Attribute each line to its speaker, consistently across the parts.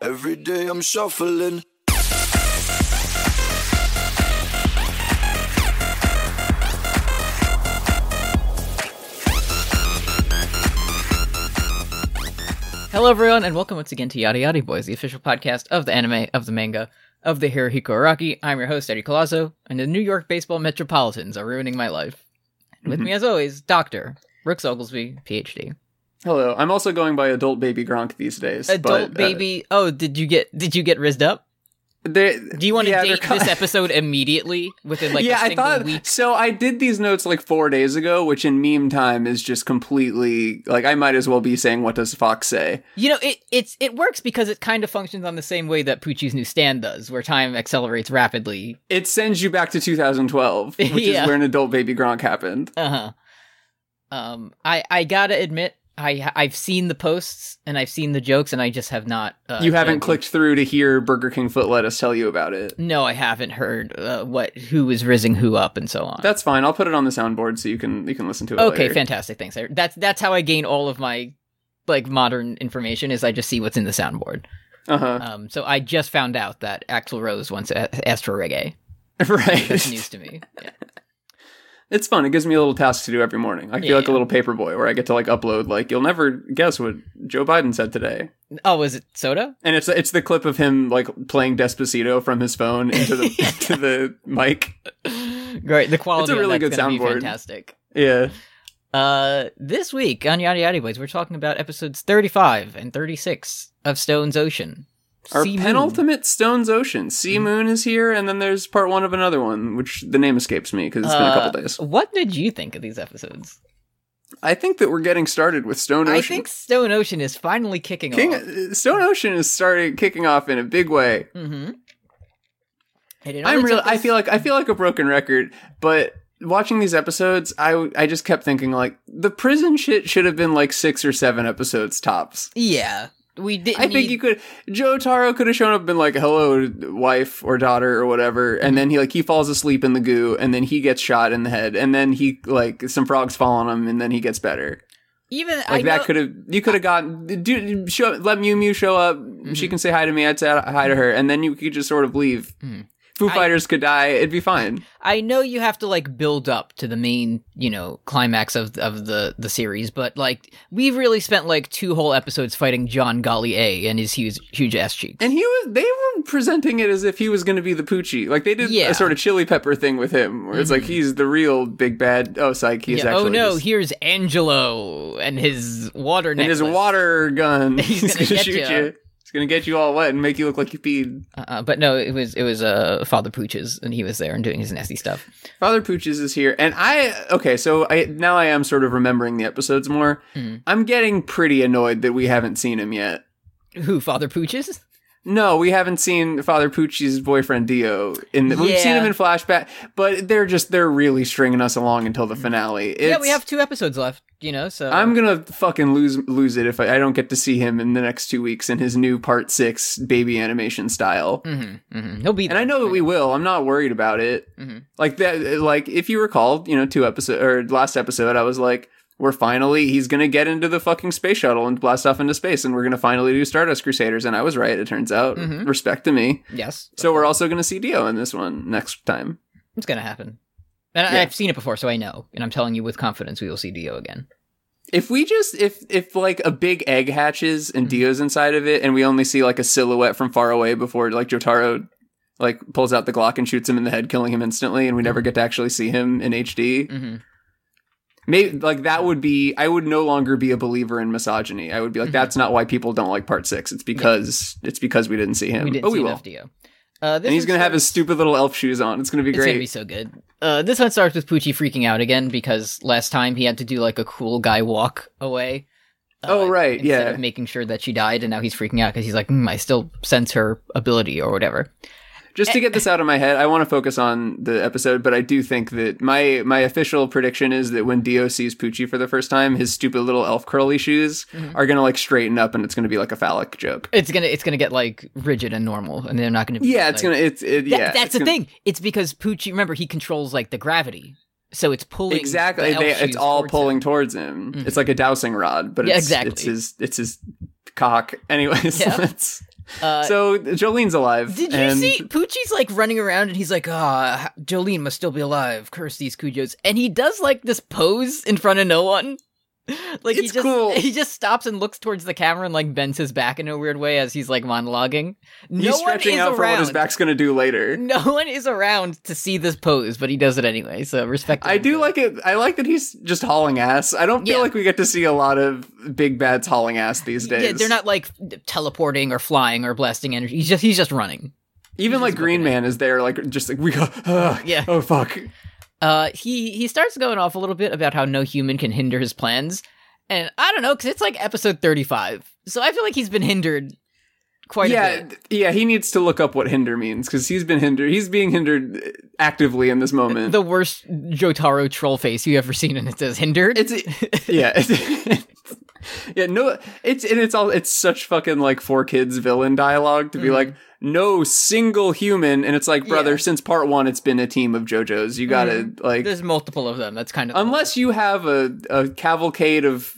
Speaker 1: Every day I'm shuffling.
Speaker 2: Hello, everyone, and welcome once again to Yada Yada Boys, the official podcast of the anime, of the manga, of the Hirohiko Araki. I'm your host, Eddie Colasso, and the New York baseball metropolitans are ruining my life. And
Speaker 3: Mm-hmm.
Speaker 2: With me, as always, Dr. Brooks Oglesby, PhD.
Speaker 3: Hello. I'm also going by adult baby Gronk these days.
Speaker 2: Adult
Speaker 3: but, uh,
Speaker 2: baby. Oh, did you get did you get rizzed up?
Speaker 3: they-
Speaker 2: Do you want to
Speaker 3: yeah, they're
Speaker 2: date
Speaker 3: kind-
Speaker 2: this episode immediately within like
Speaker 3: yeah,
Speaker 2: a
Speaker 3: I
Speaker 2: single
Speaker 3: thought
Speaker 2: week?
Speaker 3: so. I did these notes like four days ago, which in meme time is just completely like I might as well be saying what does Fox say?
Speaker 2: You know, it it's it works because it kind of functions on the same way that Poochie's new stand does, where time accelerates rapidly.
Speaker 3: It sends you back to 2012, which
Speaker 2: Yeah.
Speaker 3: is where an adult baby Gronk happened.
Speaker 2: Uh-huh. Um I I got to admit I I've seen the posts and I've seen the jokes and I just have not uh,
Speaker 3: you haven't
Speaker 2: dug-
Speaker 3: clicked through to hear Burger King Foot Lettuce tell you about it.
Speaker 2: No, I haven't heard uh, what who is rising who up and so on.
Speaker 3: That's fine. I'll put it on the soundboard so you can you can listen to it.
Speaker 2: okay,
Speaker 3: later.
Speaker 2: fantastic. Thanks. I- That's that's how I gain all of my like modern information is I just see what's in the soundboard.
Speaker 3: Uh
Speaker 2: Um so I just found out that Axl Rose once a- asked for reggae.
Speaker 3: huh. Right.
Speaker 2: That's news to me. Yeah.
Speaker 3: It's fun. It gives me a little task to do every morning. I feel like
Speaker 2: Yeah.
Speaker 3: a little paper boy where I get to like upload like you'll never guess what Joe Biden said today.
Speaker 2: Oh, was it soda?
Speaker 3: And it's it's the clip of him like playing Despacito from his phone into the to the mic.
Speaker 2: Great. The quality of
Speaker 3: really
Speaker 2: that's
Speaker 3: good
Speaker 2: gonna be
Speaker 3: soundboard.
Speaker 2: fantastic.
Speaker 3: Yeah.
Speaker 2: Uh, this week on Yada Yada Boys, we're talking about episodes 35 and 36 of Stone's Ocean.
Speaker 3: Our
Speaker 2: Sea Moon. Mm-hmm.
Speaker 3: penultimate Stone's Ocean. Sea Moon is here and then there's part 1 of another one which the name escapes me cuz it's been a
Speaker 2: Uh,
Speaker 3: couple days.
Speaker 2: What did you think of these episodes?
Speaker 3: I think that we're getting started with Stone Ocean.
Speaker 2: I think Stone Ocean is finally kicking off.
Speaker 3: King, Stone Ocean is starting kicking off in a big way.
Speaker 2: Mm-hmm. And it
Speaker 3: I'm
Speaker 2: only
Speaker 3: real.
Speaker 2: took
Speaker 3: I
Speaker 2: us-
Speaker 3: feel like I feel like a broken record, but watching these episodes, I w- I just kept thinking like the prison shit should have been like six or seven episodes tops.
Speaker 2: Yeah. We didn't.
Speaker 3: I think
Speaker 2: need-
Speaker 3: you could Joe Taro could have shown up and been like hello wife or daughter or whatever and then he like he falls asleep in the goo and then he gets shot in the head and then he like some frogs fall on him and then he gets better.
Speaker 2: Even. I Mm-hmm.
Speaker 3: Like
Speaker 2: know-
Speaker 3: that could have you could have gotten dude show let Mew Mew show up she can say hi to me I'd say hi to her and then you could just sort of leave.
Speaker 2: Mhm.
Speaker 3: Foo
Speaker 2: I-
Speaker 3: Fighters could die it'd be fine.
Speaker 2: I know you have to like build up to the main, you know, climax of of the the series, but like we've really spent like two whole episodes fighting John Gollier and his huge huge ass cheeks.
Speaker 3: And he was they were presenting it as if he was going to be the Poochie. Like they did
Speaker 2: Yeah. Mm-hmm.
Speaker 3: a sort of chili pepper thing with him where it's like he's the real big bad. Oh, psych, he's
Speaker 2: Yeah,
Speaker 3: actually
Speaker 2: oh no,
Speaker 3: just-
Speaker 2: here's Angelo and his water
Speaker 3: and his
Speaker 2: necklace.
Speaker 3: water gun.
Speaker 2: He's gonna
Speaker 3: gonna
Speaker 2: get
Speaker 3: shoot
Speaker 2: ya.
Speaker 3: you. He's going to get you all wet and make you look like you peed.
Speaker 2: Uh, but no, it was it was uh, Father Pooch's, and he was there and doing his nasty stuff.
Speaker 3: Father Pooches is here. And I okay, so I now I am sort of remembering the episodes more.
Speaker 2: Mhm.
Speaker 3: I'm getting pretty annoyed that we haven't seen him yet.
Speaker 2: Who Father Pooch's?
Speaker 3: No, we haven't seen Father Pucci's boyfriend Dio in the, we've seen
Speaker 2: Yeah.
Speaker 3: him in flashback, but they're just they're really stringing us along until the finale. It's,
Speaker 2: Yeah, we have two episodes left. You know, so
Speaker 3: I'm gonna fucking lose lose it if I, I don't get to see him in the next two weeks in his new part six baby animation style.
Speaker 2: hmm hmm He'll be.
Speaker 3: And I know that we will. I'm not worried about it.
Speaker 2: Mhm.
Speaker 3: Like that. Like if you recall, you know, two episode or last episode, I was like, "We're finally he's gonna get into the fucking space shuttle and blast off into space, and we're gonna finally do Stardust Crusaders." And I was right. It turns out.
Speaker 2: Mhm.
Speaker 3: Respect to me.
Speaker 2: Yes,
Speaker 3: So we're also gonna see Dio in this one next time.
Speaker 2: it's gonna happen. And I,
Speaker 3: Yeah.
Speaker 2: I've seen it before, so I know, and I'm telling you with confidence, we will see Dio again.
Speaker 3: If we just if if like a big egg hatches and
Speaker 2: Mm-hmm.
Speaker 3: Dio's inside of it, and we only see like a silhouette from far away before like Jotaro like pulls out the Glock and shoots him in the head, killing him instantly, and we never get to actually see him in HD.
Speaker 2: hmm
Speaker 3: Maybe like that would be I would no longer be a believer in misogyny. I would be
Speaker 2: Mm-hmm.
Speaker 3: like, that's not why people don't like part six. It's because it's because we didn't see him.
Speaker 2: We didn't
Speaker 3: but
Speaker 2: see
Speaker 3: we will.
Speaker 2: enough Dio. Uh, this
Speaker 3: And he's
Speaker 2: one
Speaker 3: gonna have
Speaker 2: starts-
Speaker 3: his stupid little elf shoes on. It's gonna be
Speaker 2: It's
Speaker 3: great.
Speaker 2: gonna be so good. Uh, this one starts with Poochie freaking out again because last time he had to do like a cool guy walk away. uh,
Speaker 3: Oh, right,
Speaker 2: instead
Speaker 3: yeah.
Speaker 2: Of making sure that she died, and now he's freaking out because he's like, "Hmm, I still sense her ability or whatever. Eh.
Speaker 3: just to get this out of my head, I want to focus on the episode, but I do think that my my official prediction is that when Dio sees Poochie for the first time, his stupid little elf curly shoes
Speaker 2: Mm-hmm.
Speaker 3: are gonna like straighten up, and it's gonna be like a phallic joke.
Speaker 2: It's gonna it's gonna get like rigid and normal, and they're not gonna. Be,
Speaker 3: Yeah, it's
Speaker 2: like-
Speaker 3: gonna it's it,
Speaker 2: That-
Speaker 3: yeah.
Speaker 2: that's
Speaker 3: it's
Speaker 2: the
Speaker 3: gonna-
Speaker 2: thing. It's because Poochie. Remember, he controls like the gravity, so it's pulling the
Speaker 3: Exactly,
Speaker 2: elf
Speaker 3: they, it's
Speaker 2: shoes
Speaker 3: all
Speaker 2: towards
Speaker 3: pulling
Speaker 2: him.
Speaker 3: towards him.
Speaker 2: Mhm.
Speaker 3: It's like a dowsing rod, but
Speaker 2: Yeah,
Speaker 3: it's,
Speaker 2: exactly.
Speaker 3: it's his it's his cock. Anyways,
Speaker 2: Yeah.
Speaker 3: let's-
Speaker 2: Uh,
Speaker 3: so Jolene's alive.
Speaker 2: Did you
Speaker 3: and
Speaker 2: see Poochie's like running around and he's like, ah, Jolene must still be alive. Curse these Cujos. And he does like this pose in front of no one. Like he
Speaker 3: It's
Speaker 2: just
Speaker 3: cool.
Speaker 2: he just stops and looks towards the camera and like bends his back in a weird way as he's like monologuing. No
Speaker 3: He's
Speaker 2: one
Speaker 3: stretching
Speaker 2: is
Speaker 3: out
Speaker 2: around.
Speaker 3: for what his back's gonna do later.
Speaker 2: No one is around to see this pose, but he does it anyway. So respect. to
Speaker 3: I
Speaker 2: him for
Speaker 3: do
Speaker 2: that.
Speaker 3: like it. I like that he's just hauling ass. I don't feel
Speaker 2: Yeah.
Speaker 3: like we get to see a lot of big bats hauling ass these days.
Speaker 2: Yeah, they're not like teleporting or flying or blasting energy. He's just he's just running.
Speaker 3: Even
Speaker 2: he's
Speaker 3: like
Speaker 2: just
Speaker 3: Green
Speaker 2: looking
Speaker 3: Man is there, like just like we go. Uh,
Speaker 2: Yeah.
Speaker 3: Oh fuck.
Speaker 2: Uh, he he starts going off a little bit about how no human can hinder his plans, and I don't know because it's like episode thirty-five, so I feel like he's been hindered quite a
Speaker 3: yeah.
Speaker 2: bit.
Speaker 3: th- Yeah. He needs to look up what hinder means because he's been hindered. He's being hindered uh, actively in this moment.
Speaker 2: The worst Jotaro troll face you ever seen, and it says hindered.
Speaker 3: It's yeah. It's, yeah, no, it's and it's all it's such fucking like four kids villain dialogue to be like no single human and it's like brother
Speaker 2: Mm-hmm. Yeah. Mm-hmm.
Speaker 3: since part 1 it's been a team of JoJo's. You got to like
Speaker 2: there's multiple of them. That's kind of
Speaker 3: unless you have a, a cavalcade of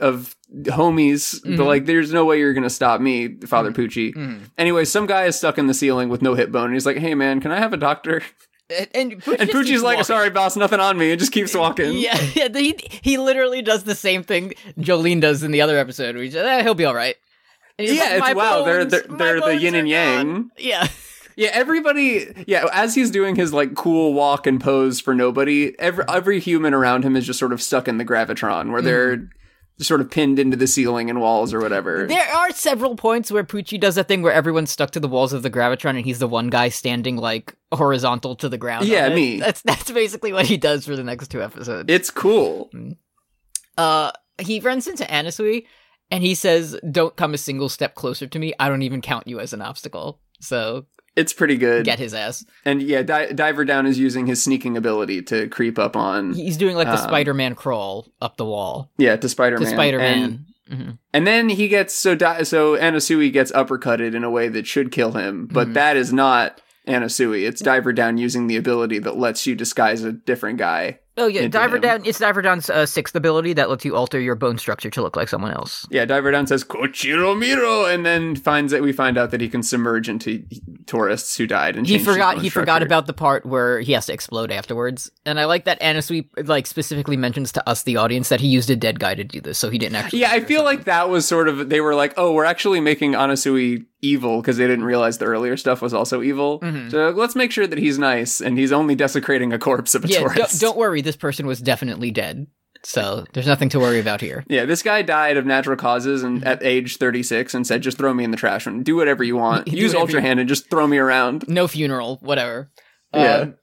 Speaker 3: of homies
Speaker 2: Mm-hmm.
Speaker 3: but like there's no way you're gonna stop me father poochie anyway some guy is stuck in the ceiling with no hip bone and he's like hey man can i have a doctor
Speaker 2: and and,
Speaker 3: and poochie's like sorry boss nothing on me and just keeps walking
Speaker 2: Yeah, yeah, he he literally does the same thing Jolene does in the other episode. Where he's just, eh, he'll be all right. And he's
Speaker 3: Yeah,
Speaker 2: like, "My
Speaker 3: it's- wow, they're-
Speaker 2: bones-
Speaker 3: they're-
Speaker 2: my
Speaker 3: they're the
Speaker 2: bones
Speaker 3: yin
Speaker 2: are
Speaker 3: and yang."
Speaker 2: gone." Yeah,
Speaker 3: Yeah, everybody. Yeah, as he's doing his like cool walk and pose for nobody, every every human around him is just sort of stuck in the gravitron where they're
Speaker 2: Mm-hmm.
Speaker 3: sort of pinned into the ceiling and walls or whatever.
Speaker 2: There are several points where Poochie does that thing where everyone's stuck to the walls of the gravitron and he's the one guy standing like horizontal to the ground. on
Speaker 3: Yeah,
Speaker 2: it.
Speaker 3: me.
Speaker 2: That's that's basically what he does for the next two episodes.
Speaker 3: it's cool.
Speaker 2: uh he runs into Anasui and he says, Don't come a single step closer to me. I don't even count you as an obstacle. So
Speaker 3: It's pretty good.
Speaker 2: get his ass.
Speaker 3: And yeah, Di- Diver Down is using his sneaking ability to creep up on
Speaker 2: He's doing like the
Speaker 3: Um,
Speaker 2: Spider Man crawl up the wall Mm-hmm.
Speaker 3: yeah to Spider
Speaker 2: to
Speaker 3: Man.
Speaker 2: Spider
Speaker 3: And,
Speaker 2: Man.
Speaker 3: and then he gets so Di- so Anasui gets uppercutted in a way that should kill him, but
Speaker 2: Mhm.
Speaker 3: that is not. Anasui, it's Diver Down using the ability that lets you disguise a different guy.
Speaker 2: Oh yeah,
Speaker 3: Into
Speaker 2: Diver
Speaker 3: him.
Speaker 2: Down. It's Diver Down's uh, sixth ability that lets you alter your bone structure to look like someone else.
Speaker 3: Yeah, Diver Down says Kochiro Miro, and then finds that we find out that he can submerge into tourists who died. And
Speaker 2: he
Speaker 3: change his
Speaker 2: forgot
Speaker 3: bone
Speaker 2: he forgot
Speaker 3: structure.
Speaker 2: about the part where he has to explode afterwards and i like that anasui like specifically mentions to us the audience that he used a dead guy to do this so he didn't actually
Speaker 3: Yeah, I feel like that was sort of they were like, oh, we're actually making Anasui evil because they didn't realize the earlier stuff was also evil.
Speaker 2: Mm-hmm.
Speaker 3: So let's make sure that he's nice and he's only desecrating a corpse of a
Speaker 2: yeah don't,
Speaker 3: tourist.
Speaker 2: don't worry this person was definitely dead so there's nothing to worry about here
Speaker 3: Yeah, this guy died of natural causes and
Speaker 2: Mm-hmm.
Speaker 3: at age 36 and said, just throw me in the trash and do whatever you want.
Speaker 2: Do
Speaker 3: Use
Speaker 2: whatever
Speaker 3: Ultra
Speaker 2: you-
Speaker 3: Hand and just throw me around.
Speaker 2: no funeral whatever
Speaker 3: Yeah.
Speaker 2: Um,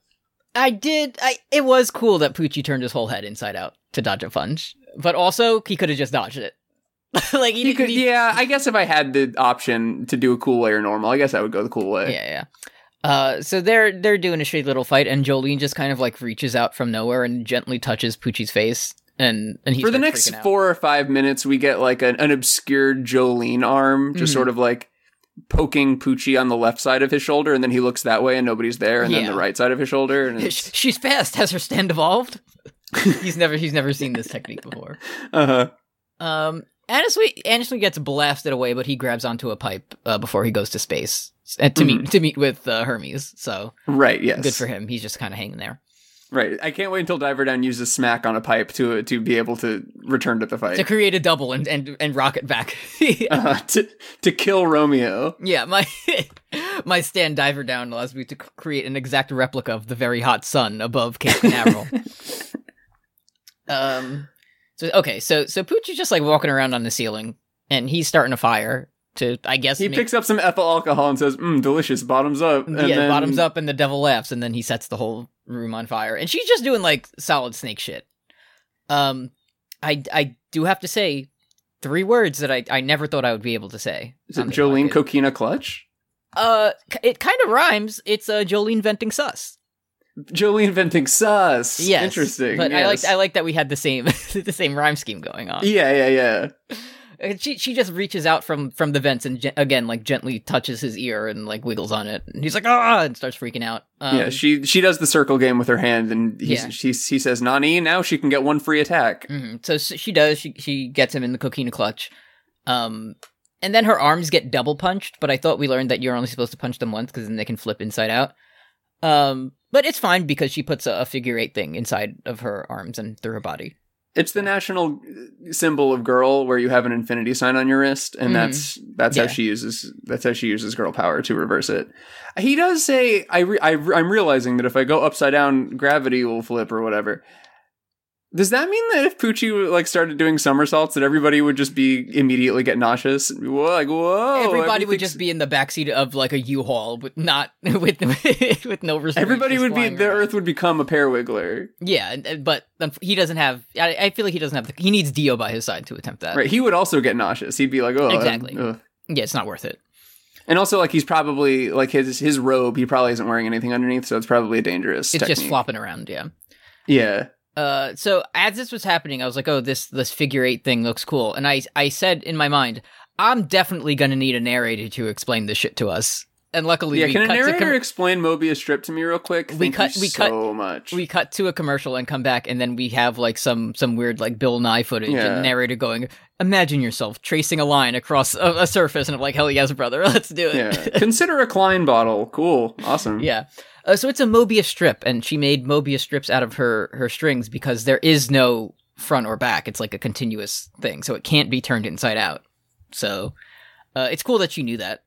Speaker 2: i did i it was cool that poochie turned his whole head inside out to dodge a punch but also he could have just dodged it like he,
Speaker 3: You
Speaker 2: didn't
Speaker 3: could,
Speaker 2: need-
Speaker 3: yeah, I guess if I had the option to do a cool way or normal, I guess I would go the cool way.
Speaker 2: Yeah, yeah. Uh, so they're they're doing a shitty little fight, and Jolene just kind of like reaches out from nowhere and gently touches Poochie's face, and and he
Speaker 3: for the
Speaker 2: starts
Speaker 3: next
Speaker 2: freaking out.
Speaker 3: four or five minutes, we get like an, an obscure Jolene arm, just
Speaker 2: Mhm.
Speaker 3: sort of like poking Poochie on the left side of his shoulder, and then he looks that way and nobody's there, and
Speaker 2: Yeah.
Speaker 3: then the right side of his shoulder, and
Speaker 2: Sh-
Speaker 3: it's,
Speaker 2: She's fast. Has her stand evolved? he's never he's never seen this technique before.
Speaker 3: uh-huh.
Speaker 2: Um, Anasui Anasui gets blasted away, but he grabs onto a pipe uh, before he goes to space uh, to meet to meet with uh, Hermes. So
Speaker 3: right, Mm-hmm. yes,
Speaker 2: good for him. He's just kind of hanging there.
Speaker 3: Right, I can't wait until Diver Down uses smack on a pipe to to be able to return to the
Speaker 2: To
Speaker 3: fight
Speaker 2: create a double and and, and rocket back.
Speaker 3: uh, to to kill Romeo.
Speaker 2: Yeah, my my stand diver down allows me to c- create an exact replica of the very hot sun above Cape Canaveral. um, so okay, so so Pooch is just like walking around on the ceiling, and he's starting a fire to, I guess,
Speaker 3: He
Speaker 2: make-
Speaker 3: picks up some ethyl alcohol and says, mm, "Delicious, bottoms up." And
Speaker 2: yeah,
Speaker 3: then-
Speaker 2: bottoms up, and the devil laughs, and then he sets the whole room on fire, and she's just doing like solid snake shit. Um, I I do have to say three words that I I never thought I would be able to say.
Speaker 3: Is it
Speaker 2: on this
Speaker 3: Jolene
Speaker 2: podcast.
Speaker 3: Coquina Clutch?
Speaker 2: Uh, k- it kind of rhymes. It's uh, Jolene venting sus.
Speaker 3: Jolene venting sus.
Speaker 2: Yes,
Speaker 3: interesting.
Speaker 2: But I
Speaker 3: yes. E-
Speaker 2: like I like that we had the same the same rhyme scheme going on.
Speaker 3: Yeah, yeah, yeah.
Speaker 2: And She she just reaches out from from the vents and gen- again like gently touches his ear and like wiggles on it and he's like ah and starts freaking out. Um,
Speaker 3: yeah, she she does the circle game with her hand, and he's,
Speaker 2: Yeah.
Speaker 3: she he says Nani. Now she can get one free attack.
Speaker 2: mm-hmm. mhm. So s- she does. She she gets him in the coquina clutch. Um, and then her arms get double punched, but I thought we learned that you're only supposed to punch them once because then they can flip inside out. Um, but it's fine because she puts a, a figure eight thing inside of her arms and through her body.
Speaker 3: It's the national symbol of girl, where you have an infinity sign on your wrist, and
Speaker 2: Mhm.
Speaker 3: that's that's
Speaker 2: Yeah.
Speaker 3: how she uses that's how she uses girl power to reverse it. He does say, I, re- I re- "I'm realizing that if I go upside down, gravity will flip or whatever." Does that mean that if Poochie like started doing somersaults, that everybody would just be immediately get nauseous? Whoa, like whoa!
Speaker 2: everybody would
Speaker 3: Oh, everything's-
Speaker 2: just be in the backseat of like a U-Haul with not with with no restraints.
Speaker 3: everybody
Speaker 2: just
Speaker 3: would be
Speaker 2: flying
Speaker 3: the
Speaker 2: around.
Speaker 3: Earth would become a pair wiggler.
Speaker 2: Yeah, and- and- but unf- he doesn't have. I, I feel like he doesn't have. The, he needs Dio by his side to attempt that.
Speaker 3: Right? He would also get nauseous. He'd be like, "Oh,
Speaker 2: Uh, Exactly.
Speaker 3: ugh."
Speaker 2: Yeah, it's not worth it.
Speaker 3: And also, like he's probably like his his robe. He probably isn't wearing anything underneath, so it's probably a dangerous.
Speaker 2: It's just
Speaker 3: technique.
Speaker 2: flopping around. Yeah.
Speaker 3: Yeah,
Speaker 2: Uh, so as this was happening, I was like, "Oh, this this figure eight thing looks cool," and I I said in my mind, "I'm definitely gonna need a narrator to explain this shit to us." And luckily,
Speaker 3: yeah.
Speaker 2: we
Speaker 3: Can a
Speaker 2: cut to
Speaker 3: narrator
Speaker 2: com-
Speaker 3: explain Mobius strip to me real quick?
Speaker 2: We
Speaker 3: Thank you
Speaker 2: cut- we
Speaker 3: so
Speaker 2: cut-
Speaker 3: much.
Speaker 2: we cut to a commercial and come back and then we have like some some weird like bill nye footage
Speaker 3: Yeah.
Speaker 2: and narrator going imagine yourself tracing a line across a, a surface and i'm like hell yes brother let's do it
Speaker 3: yeah. Consider a Klein bottle. Cool. Awesome.
Speaker 2: Yeah. Uh, so it's a mobius strip and she made mobius strips out of her her strings because there is no front or back it's like a continuous thing so it can't be turned inside out so uh, it's cool that she knew that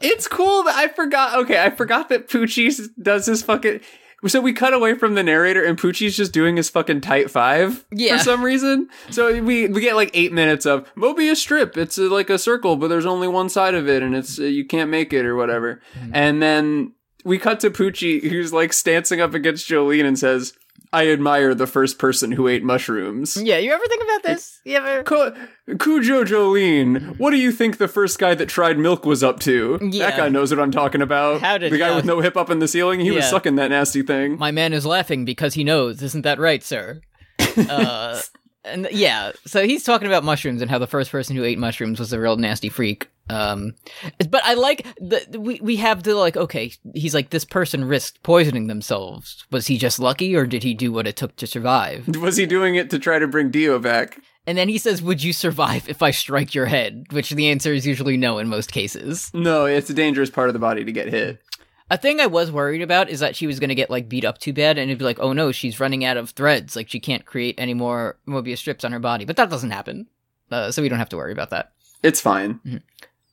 Speaker 3: It's cool that I forgot. Okay, I forgot that Poochie s- does his fucking. So we cut away from the narrator, and Poochie's just doing his fucking tight five
Speaker 2: Yeah.
Speaker 3: for some reason. So we we get like eight minutes of Mobius strip. It's uh, like a circle, but there's only one side of it, and it's uh, you can't make it or whatever.
Speaker 2: Mm-hmm.
Speaker 3: And then we cut to Poochie, who's like stancing up against Jolene and says, "I admire the first person who ate mushrooms."
Speaker 2: yeah you ever think about this you ever
Speaker 3: Cu- Cujo Jolene, what do you think the first guy that tried milk was up to?
Speaker 2: Yeah.
Speaker 3: That guy knows what I'm talking about.
Speaker 2: How did-
Speaker 3: the guy
Speaker 2: yeah.
Speaker 3: with no hip up in the ceiling? He was
Speaker 2: Yeah.
Speaker 3: sucking that nasty thing.
Speaker 2: my man is laughing because he knows isn't that right sir uh, and yeah so he's talking about mushrooms and how the first person who ate mushrooms was a real nasty freak um but i like the we, we have the like okay he's like this person risked poisoning themselves was he just lucky or did he do what it took to survive
Speaker 3: Was he doing it to try to bring Dio back?
Speaker 2: and then he says would you survive if i strike your head which the answer is usually no in most cases
Speaker 3: No, it's a dangerous part of the body to get hit.
Speaker 2: A thing I was worried about is that she was going to get like beat up too bad, and it'd be like, oh no, she's running out of threads. Like she can't create any more Mobius strips on her body. But that doesn't happen, uh, so we don't have to worry about that.
Speaker 3: It's fine.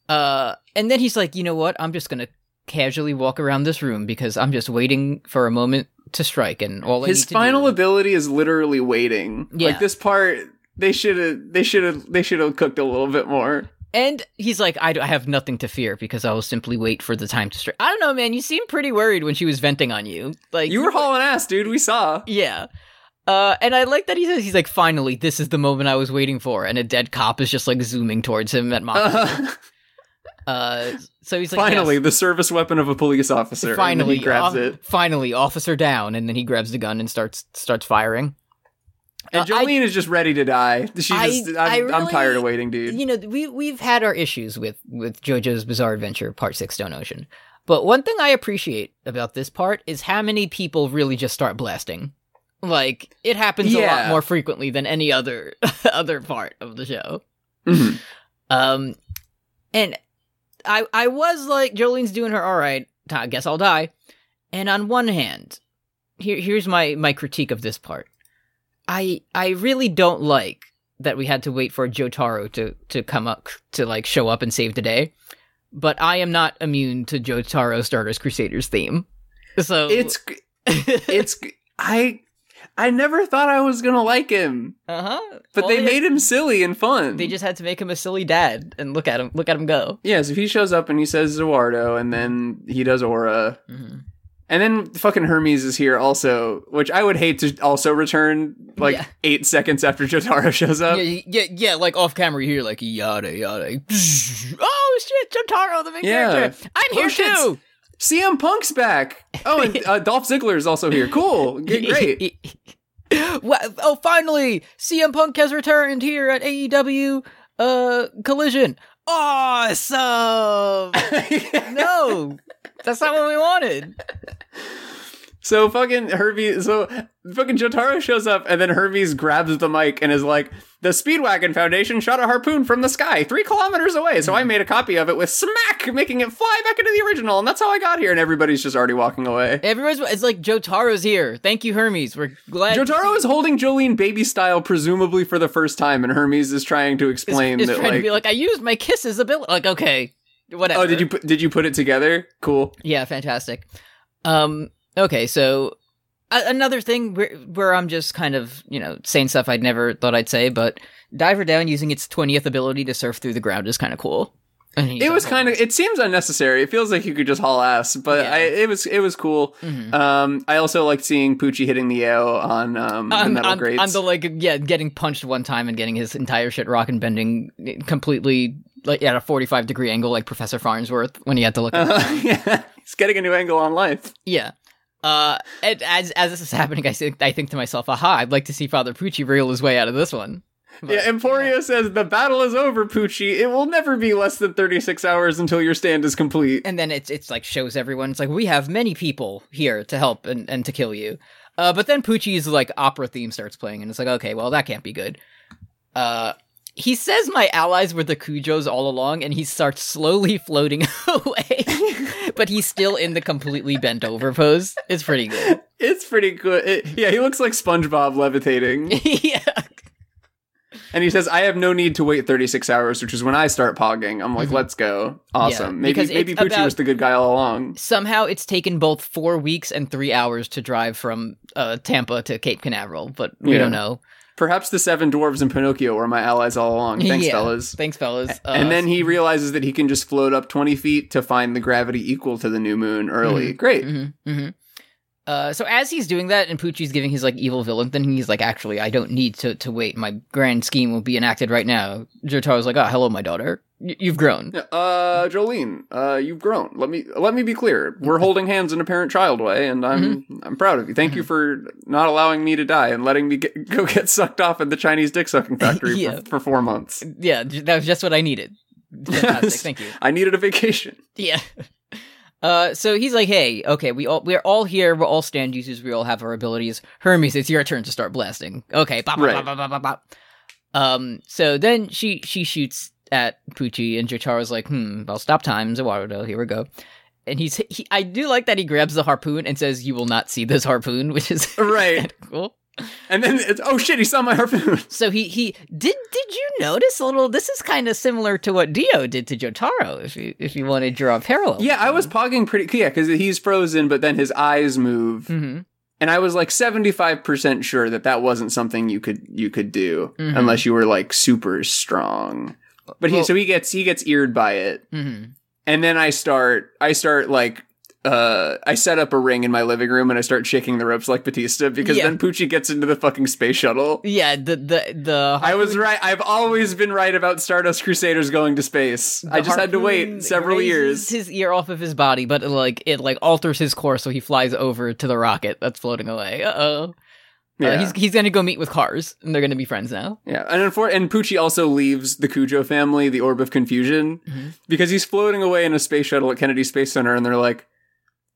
Speaker 2: Uh, and then he's like, you know what? I'm just going to casually walk around this room because I'm just waiting for a moment to strike, and all I
Speaker 3: His
Speaker 2: need to
Speaker 3: final
Speaker 2: do-
Speaker 3: ability is literally waiting.
Speaker 2: Yeah.
Speaker 3: Like this part, they should have, they should have, they should have cooked a little bit more.
Speaker 2: and he's like, I, I have nothing to fear because I will simply wait for the time to strike. I don't know, man. You seem pretty worried when she was venting on you. Like
Speaker 3: You were hauling ass, dude. We saw.
Speaker 2: Yeah. Uh, and I like that he says he's like, finally, this is the moment I was waiting for, and a dead cop is just like zooming towards him at Mach. Uh, so he's like,
Speaker 3: finally,
Speaker 2: "Yes,
Speaker 3: the service weapon of a police officer. And then
Speaker 2: finally, um,
Speaker 3: he grabs
Speaker 2: off-
Speaker 3: it.
Speaker 2: finally, officer down, and then he grabs the gun and starts starts firing.
Speaker 3: And
Speaker 2: Uh, I-
Speaker 3: Jolene is just ready to die. She
Speaker 2: I-
Speaker 3: just, I,
Speaker 2: I
Speaker 3: am I'm
Speaker 2: really-
Speaker 3: tired of waiting, dude.
Speaker 2: You know, we we've had our issues with with JoJo's Bizarre Adventure Part Six: Stone Ocean, but one thing I appreciate about this part is how many people really just start blasting. Like it happens a lot
Speaker 3: Yeah.
Speaker 2: more frequently than any other other part of the show.
Speaker 3: Mhm.
Speaker 2: Um, and I I was like, Jolene's doing her all right. I guess I'll die. And on one hand, here here's my my critique of this part. I I really don't like that we had to wait for Jotaro to to come up to like show up and save the day. But I am not immune to Jotaro Stardust Crusaders theme. So
Speaker 3: It's it's I I never thought I was gonna like him,
Speaker 2: uh-huh.
Speaker 3: but
Speaker 2: All
Speaker 3: they
Speaker 2: had-
Speaker 3: made him silly and fun.
Speaker 2: they just had to make him a silly dad and look at him look at him go.
Speaker 3: yeah. So he shows up and he says Zuardo, and then he does Aura, and then fucking Hermes is here also, which I would hate to also return like
Speaker 2: Yeah.
Speaker 3: eight seconds after Jotaro shows up.
Speaker 2: yeah, yeah, yeah, like off camera you hear like yada yada. Oh shit, Jotaro, the main
Speaker 3: Yeah.
Speaker 2: character. I'm here
Speaker 3: Oh, shit,
Speaker 2: too.
Speaker 3: CM Punk's back. Oh, and uh, Dolph Ziggler is also here. Cool, G- great.
Speaker 2: Wha- oh, finally, CM Punk has returned here at AEW uh Collision. Awesome. no, that's not what we wanted.
Speaker 3: So fucking Hervey, so fucking Jotaro shows up, and then Hermes grabs the mic and is like, "The Speedwagon Foundation shot a harpoon from the sky, three kilometers away.
Speaker 2: Mm.
Speaker 3: So I made a copy of it with smack, making it fly back into the original, and that's how I got here." And everybody's just already walking away.
Speaker 2: Everyone's it's like Jotaro's here. Thank you, Hermes. We're glad
Speaker 3: Jotaro is holding Jolene baby style, presumably for the first time, and Hermes is trying to explain
Speaker 2: is
Speaker 3: that
Speaker 2: trying to
Speaker 3: like,
Speaker 2: be like I used my kisses ability. Like okay, whatever.
Speaker 3: "Oh, did you put, did you put it together? Cool."
Speaker 2: Yeah, fantastic. Um, okay, so a- another thing where, where I'm just kind of you know saying stuff I'd never thought I'd say, but Diver Down using its twentieth ability to surf through the ground is kind of cool. And he's
Speaker 3: It
Speaker 2: like, "Oh,
Speaker 3: was kind of. It seems unnecessary. It feels like you could just haul ass, but
Speaker 2: Yeah.
Speaker 3: I, it was it was cool.
Speaker 2: Mhm.
Speaker 3: Um, I also liked seeing Poochie hitting the AO on um the
Speaker 2: on,
Speaker 3: metal
Speaker 2: on,
Speaker 3: grates.
Speaker 2: on the like yeah getting punched one time and getting his entire shit rock and bending completely like at a 45 degree angle like professor farnsworth when he had to look at
Speaker 3: Uh, yeah, he's getting a new angle on life.
Speaker 2: Yeah. Uh, and as as this is happening, I think I think to myself, "Aha! I'd like to see Father Pucci reel his way out of this one." But-
Speaker 3: yeah, Emporio says the battle is over, Poochie. It will never be less than thirty six hours until your stand is complete.
Speaker 2: And then it's it's like shows everyone. It's like we have many people here to help and, and to kill you. Uh, but then Pucci's like opera theme starts playing, and it's like, okay, well that can't be good. Uh, he says my allies were the Cujos all along, and he starts slowly floating away. but he's still in the completely bent over pose. It's pretty good.
Speaker 3: It's pretty good. It- yeah, he looks like SpongeBob levitating,
Speaker 2: yeah.
Speaker 3: and he says, "I have no need to wait thirty six hours, which is when I start pogging." I'm like, "Let's go, awesome." maybe
Speaker 2: Mm-hmm. because
Speaker 3: maybe
Speaker 2: it's
Speaker 3: Poochie
Speaker 2: about-
Speaker 3: was the good guy all along.
Speaker 2: somehow it's taken both four weeks and three hours to drive from uh, Tampa to Cape Canaveral, but we
Speaker 3: Yeah.
Speaker 2: don't know.
Speaker 3: Perhaps the seven dwarves and Pinocchio were my allies all along. Thanks,
Speaker 2: Yeah.
Speaker 3: fellas.
Speaker 2: Thanks, fellas. Uh,
Speaker 3: and then he realizes that he can just float up 20 feet to find the gravity equal to the new moon early. Great.
Speaker 2: mhm, mhm. Uh, so as he's doing that, and Pucci's giving his like evil villain thing, he's like, "Actually, I don't need to to wait. My grand scheme will be enacted right now." Jotaro's like, "Oh, hello, my daughter. Y- you've grown."
Speaker 3: Uh, Jolene, uh, you've grown. Let me let me be clear. We're holding hands in a parent-child way, and I'm
Speaker 2: Mm-hmm.
Speaker 3: I'm proud of you. Thank you for not allowing me to die and letting me get, go get sucked off at the Chinese dick sucking factory
Speaker 2: Yeah.
Speaker 3: for, for four months.
Speaker 2: Yeah, j- that was just what I needed. Fantastic, thank you.
Speaker 3: I needed a vacation.
Speaker 2: Yeah. Uh, so he's like, "Hey, okay, we all we're all here. We're all stand users. We all have our abilities. Hermes, it's your turn to start blasting. Okay, bop, bop,
Speaker 3: Right.
Speaker 2: bop, bop, bop, bop. Um. So then she she shoots at Pucci, and Jotaro's like, "Hmm, I'll stop time, Zawarudo. Here we go." And he's he, I do like that he grabs the harpoon and says, "You will not see this harpoon," which is
Speaker 3: Right.
Speaker 2: cool.
Speaker 3: and then it's oh shit, he saw my harpoon.
Speaker 2: So he he did did you notice a little? This is kind of similar to what Dio did to Jotaro. If you if you want to draw a parallel,
Speaker 3: Yeah, I was pogging pretty. Yeah, because he's frozen, but then his eyes move,
Speaker 2: Mm-hmm.
Speaker 3: and I was like seventy five percent sure that that wasn't something you could you could do
Speaker 2: Mhm.
Speaker 3: unless you were like super strong. But he
Speaker 2: Well-
Speaker 3: so he gets he gets eared by it,
Speaker 2: Mm-hmm.
Speaker 3: and then I start I start like. Uh, I set up a ring in my living room and I start shaking the ropes like Batista because
Speaker 2: Yeah.
Speaker 3: then Poochie gets into the fucking space shuttle.
Speaker 2: Yeah, the the the
Speaker 3: I was right. I've always been right about Stardust Crusaders going to space. I
Speaker 2: the
Speaker 3: just had to
Speaker 2: harpoon
Speaker 3: wait several
Speaker 2: raises
Speaker 3: years.
Speaker 2: His ear off of his body, but it, like it like alters his course, so he flies over to the rocket that's floating away. Uh-oh. Uh
Speaker 3: Yeah.
Speaker 2: He's he's gonna go meet with cars, and they're gonna be friends now.
Speaker 3: Yeah, and unfor- and Poochie also leaves the Cujo family, the Orb of Confusion,
Speaker 2: Mm-hmm.
Speaker 3: because he's floating away in a space shuttle at Kennedy Space Center, and they're like,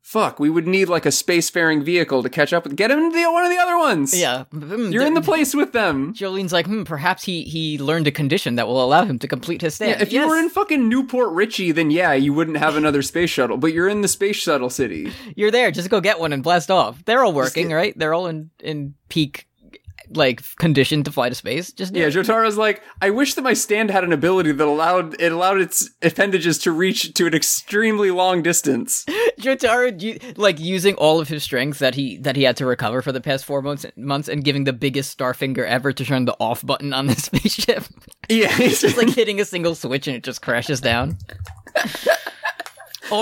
Speaker 3: "Fuck, we would need like a spacefaring vehicle to catch up with. Get him into the- one of the other ones.
Speaker 2: Yeah, Mm,
Speaker 3: you're
Speaker 2: th-
Speaker 3: in the place with them.
Speaker 2: Jolene's like, hmm, perhaps he he learned a condition that will allow him to complete his stay.
Speaker 3: Yeah, if you were in fucking Newport Richie, then yeah, you wouldn't have another space shuttle. But you're in the space shuttle city.
Speaker 2: you're there, just go get one and blast off. They're all working,
Speaker 3: get-
Speaker 2: right? They're all in in peak like condition to fly to space. Just do
Speaker 3: Yeah,
Speaker 2: it.
Speaker 3: Jotaro's like, I wish that my stand had an ability that allowed it allowed its appendages to reach to an extremely long distance.
Speaker 2: Jotaro u- like using all of his strengths that he that he had to recover for the past four months months and giving the biggest star finger ever to turn the off button on the spaceship.
Speaker 3: Yeah, he's
Speaker 2: it's like hitting a single switch and it just crashes down. or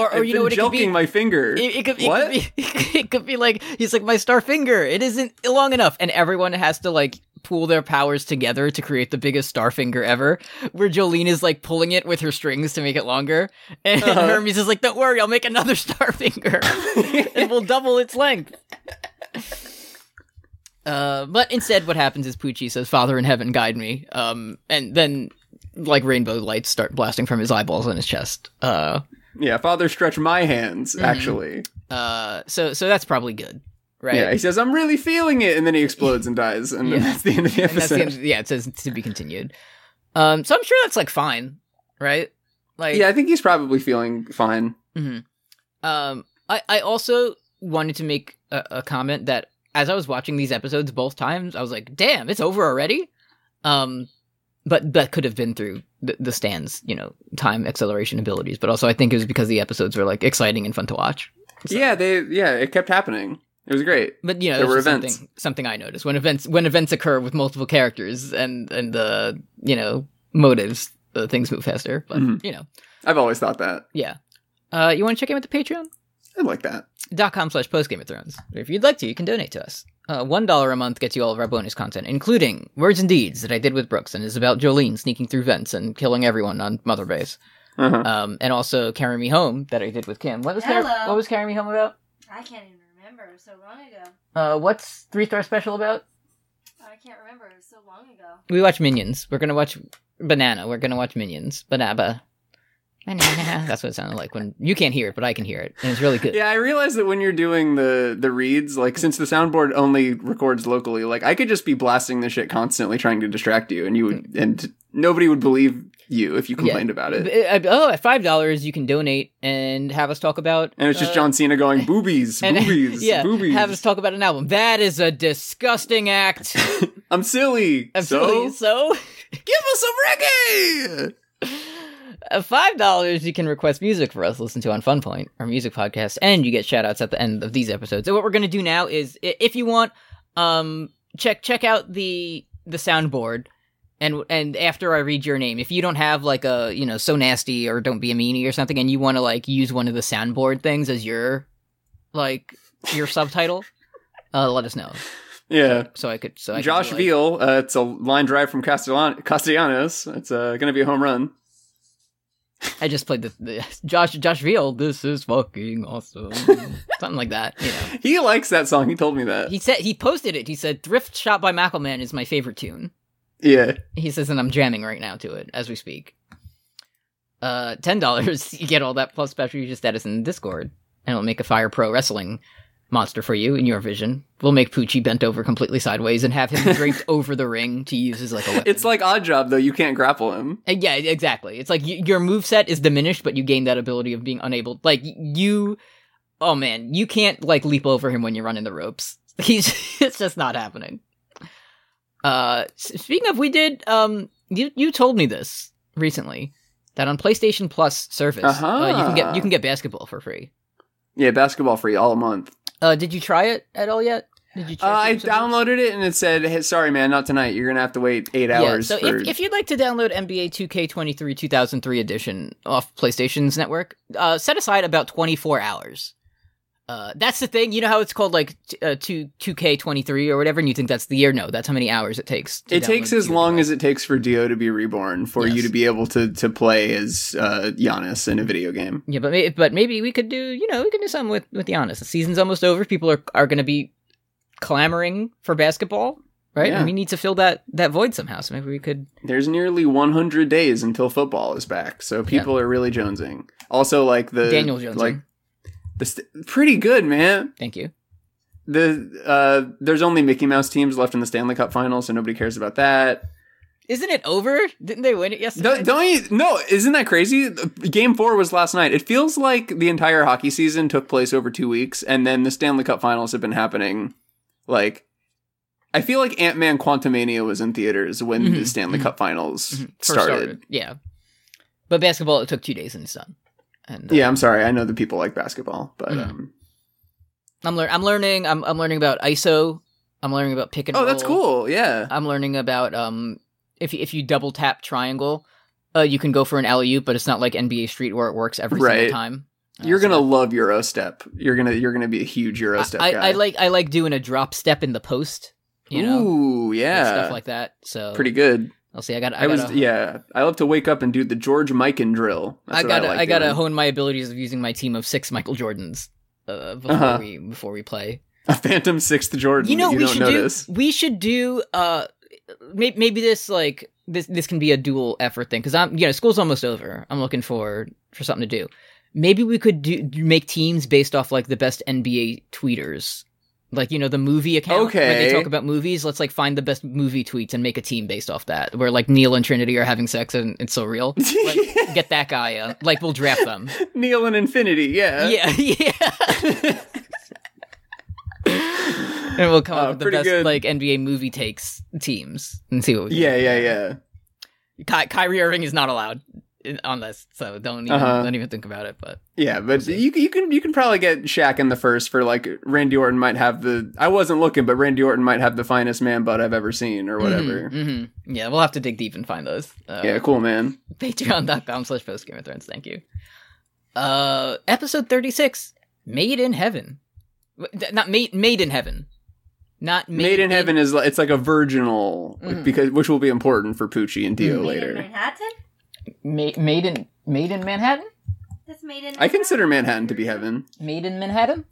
Speaker 2: or
Speaker 3: I've
Speaker 2: you
Speaker 3: been
Speaker 2: know what it could
Speaker 3: jelking
Speaker 2: be.
Speaker 3: my finger.
Speaker 2: it, it could, it, Could
Speaker 3: what?
Speaker 2: be, it could be like he's like my star finger. It isn't long enough, and everyone has to like pool their powers together to create the biggest star finger ever. Where Jolene is like pulling it with her strings to make it longer, and
Speaker 3: Uh-huh.
Speaker 2: Hermes is like, "Don't worry, I'll make another star finger, and we'll double its length." Uh, but instead, what happens is Poochie says, "Father in heaven, guide me," um, and then like rainbow lights start blasting from his eyeballs and his chest. Uh, Mm-hmm.
Speaker 3: yeah, Father, stretch my hands. Actually,
Speaker 2: uh, so so that's probably good. Right.
Speaker 3: Yeah, he says, "I'm really feeling it," and then he explodes and dies, and then
Speaker 2: Yeah.
Speaker 3: that's the end of the
Speaker 2: and that's the
Speaker 3: episode.
Speaker 2: end of- yeah, it says to be continued. Um, so I'm sure that's like fine, right? Like,
Speaker 3: yeah, I think he's probably feeling fine.
Speaker 2: mhm. Um, I I also wanted to make a, a comment that as I was watching these episodes both times, I was like, "Damn, it's over already." Um, but that could have been through the, the stands, you know, time acceleration abilities. But also, I think it was because the episodes were like exciting and fun to watch. So-
Speaker 3: Yeah, they yeah, it kept happening. It was great.
Speaker 2: But you know,
Speaker 3: There
Speaker 2: there
Speaker 3: were
Speaker 2: something,
Speaker 3: events.
Speaker 2: something I noticed when events when events occur with multiple characters and and uh, you know motives, uh, things move faster. But
Speaker 3: Mhm.
Speaker 2: you know,
Speaker 3: I've always thought that.
Speaker 2: yeah. Uh, you want to check in with the Patreon
Speaker 3: I like that.
Speaker 2: dot com slash post Game of Thrones. If you'd like to, you can donate to us. Uh, One dollar a month gets you all of our bonus content, including words and deeds that I did with Brooks and is about Jolene sneaking through vents and killing everyone on Mother Base.
Speaker 3: Uh-huh.
Speaker 2: Um, and also carry me home that I did with Kim. What was Car-
Speaker 4: Hello.
Speaker 2: what was carry me home about?
Speaker 4: I can't even remember. It was so long ago.
Speaker 2: Uh, what's three star special about?
Speaker 4: I can't remember. It was so long ago.
Speaker 2: we watch Minions. We're gonna watch Banana. We're gonna watch Minions. Banaba. Banana. That's what it sounded like when you can't hear it, but I can hear it, and it's really good.
Speaker 3: Yeah, I realized that when you're doing the the reads, like since the soundboard only records locally, like I could just be blasting this shit constantly trying to distract you and you would
Speaker 2: Mm.
Speaker 3: and nobody would believe you if you complained about it.
Speaker 2: Uh, Oh, at five dollars, you can donate and have us talk about.
Speaker 3: And it's just
Speaker 2: uh,
Speaker 3: John Cena going boobies,
Speaker 2: and-
Speaker 3: boobies,
Speaker 2: yeah,
Speaker 3: boobies.
Speaker 2: have us talk about an album. That is a disgusting act.
Speaker 3: I'm silly.
Speaker 2: Absolutely. So,
Speaker 3: So give us some reggae.
Speaker 2: at uh, five dollars, you can request music for us to listen to on Fun Point, our music podcast, and you get shout outs at the end of these episodes. So what we're gonna do now is, i- if you want, um, check check out the the soundboard, and and after I read your name, if you don't have like a you know so nasty or don't be a meanie or something, and you want to like use one of the soundboard things as your like your subtitle, uh, let us know
Speaker 3: Yeah.
Speaker 2: so I could so I could
Speaker 3: Josh
Speaker 2: do, like-
Speaker 3: Veal, uh, it's a line drive from Castellan- Castellanos. It's uh, going to be a home run.
Speaker 2: I just played the, the Josh Josh Veal. This is fucking awesome. Something like that, you know.
Speaker 3: He likes that song. He told me that.
Speaker 2: He said he posted it. He said "Thrift Shop" by Mackelman is my favorite tune.
Speaker 3: yeah.
Speaker 2: He says, and I'm jamming right now to it as we speak. Uh, ten dollars, you get all that plus special user status in Discord, and it'll make a Fire Pro Wrestling monster for you in your vision. We'll make Poochie bent over completely sideways and have him draped over the ring to use as like a weapon.
Speaker 3: It's like Odd Job, though. You can't grapple him.
Speaker 2: Uh, Yeah, exactly. It's like y- your moveset is diminished, but you gain that ability of being unable. Like y- you, oh man, you can't like leap over him when you're running the ropes. He's it's just not happening. Uh, s- speaking of, we did. Um, you you told me this recently that on PlayStation Plus service, uh, you can get
Speaker 3: Uh-huh.
Speaker 2: you can get basketball for free.
Speaker 3: Yeah, basketball free all month.
Speaker 2: Uh, did you try it at all yet? Did you?
Speaker 3: Uh, I
Speaker 2: check it out?
Speaker 3: downloaded it and it said, hey, "Sorry, man, not tonight. You're gonna have to wait eight hours."
Speaker 2: Yeah, so
Speaker 3: for-
Speaker 2: if, if you'd like to download NBA 2K23 2003 edition off PlayStation's network, uh, set aside about 24 hours. Uh, that's the thing. You know how it's called like t- uh, 2 2K23 or whatever, and you think that's the year? No, that's how many hours it takes. to
Speaker 3: it takes
Speaker 2: download
Speaker 3: as
Speaker 2: the-
Speaker 3: long as it takes for Dio to be reborn, for you
Speaker 2: Yes.
Speaker 3: to be able to to play as uh, Giannis in a video game.
Speaker 2: Yeah, but may- but maybe we could do you know we could do something with with Giannis. The season's almost over. People are are going to be clamoring for basketball, right?
Speaker 3: Yeah.
Speaker 2: And we need to fill that that void somehow. So maybe we could
Speaker 3: There's nearly 100 days until football is back, so people are really jonesing. Also, like the
Speaker 2: Daniel Jones.
Speaker 3: Uh, like the st- pretty good man.
Speaker 2: Thank you.
Speaker 3: The uh, there's only Mickey Mouse teams left in the Stanley Cup final, so nobody cares about that.
Speaker 2: Isn't it over? Didn't they win it yesterday?
Speaker 3: Don't, don't you? No, isn't that crazy? Game four was last night. It feels like the entire hockey season took place over two weeks, and then the Stanley Cup Finals have been happening. Like, I feel like Ant Man Quantumania was in theaters when the
Speaker 2: Mhm,
Speaker 3: Stanley
Speaker 2: mhm.
Speaker 3: Cup Finals
Speaker 2: first
Speaker 3: started.
Speaker 2: Yeah, but basketball it took two days and it's done. And uh,
Speaker 3: Yeah, I'm sorry. I know that people like basketball, but
Speaker 2: Mhm.
Speaker 3: um,
Speaker 2: I'm lear- I'm learning. I'm I'm learning about ISO. I'm learning about pick and
Speaker 3: oh,
Speaker 2: roll.
Speaker 3: that's cool. Yeah,
Speaker 2: I'm learning about um if you- if you double tap triangle, uh, you can go for an alley oop, but it's not like NBA Street where it works every
Speaker 3: Right.
Speaker 2: single time. Uh,
Speaker 3: you're
Speaker 2: so
Speaker 3: gonna love Eurostep. You're gonna you're gonna be a huge Eurostep
Speaker 2: I,
Speaker 3: guy.
Speaker 2: I, I like I like doing a drop step in the post. You know,
Speaker 3: Ooh,
Speaker 2: and
Speaker 3: yeah,
Speaker 2: stuff like that. So
Speaker 3: pretty good.
Speaker 2: I'll see. I got.
Speaker 3: I,
Speaker 2: I,
Speaker 3: was
Speaker 2: gotta,
Speaker 3: yeah. I love to wake up and do the George Mikan drill. That's
Speaker 2: I
Speaker 3: what
Speaker 2: gotta, I,
Speaker 3: like
Speaker 2: gotta
Speaker 3: doing.
Speaker 2: hone my abilities of using my team of six Michael Jordans uh, before
Speaker 3: Uh-huh.
Speaker 2: we before we play.
Speaker 3: A Phantom Sixth Jordan.
Speaker 2: You know,
Speaker 3: that
Speaker 2: we
Speaker 3: don't
Speaker 2: should
Speaker 3: notice.
Speaker 2: do. We should do. Uh, maybe, maybe this like this this can be a dual effort thing because I'm you know school's almost over. I'm looking for for something to do. Maybe we could do make teams based off like the best NBA tweeters Like you know the movie account where they
Speaker 3: Okay.
Speaker 2: talk about movies. Let's like find the best movie tweets and make a team based off that. Where like Neil and Trinity are having sex and it's so real. Like, get that guy. Uh, like we'll draft them.
Speaker 3: Neil and Infinity, yeah.
Speaker 2: yeah, yeah. and we'll come
Speaker 3: Uh,
Speaker 2: up with the
Speaker 3: pretty
Speaker 2: best
Speaker 3: good.
Speaker 2: like NBA movie takes teams and see what we can
Speaker 3: Yeah, yeah, yeah.
Speaker 2: Ky- Kyrie Irving is not allowed in- on this, so don't even
Speaker 3: Uh-huh.
Speaker 2: don't even think about it. But
Speaker 3: Yeah, but you you can you can probably get Shaq in the first for like Randy Orton might have the I wasn't looking, but Randy Orton might have the finest man butt I've ever seen or whatever.
Speaker 2: Mhm, mhm. Yeah, we'll have to dig deep and find those. Uh,
Speaker 3: Yeah, cool man.
Speaker 2: Patreon.com slash post Game of Thrones. Thank you. Uh, episode thirty six, Made in Heaven. W- th- Not made made in heaven. Not made,
Speaker 3: Made, in Heaven is like, it's like a virginal
Speaker 2: Mhm.
Speaker 3: because which will be important for Poochie and
Speaker 2: Mm.
Speaker 3: Dio
Speaker 4: Made in
Speaker 3: later.
Speaker 4: Manhattan?
Speaker 2: Ma- made in made in Manhattan.
Speaker 4: That's made in.
Speaker 3: I consider Manhattan to be heaven.
Speaker 2: Made in Manhattan.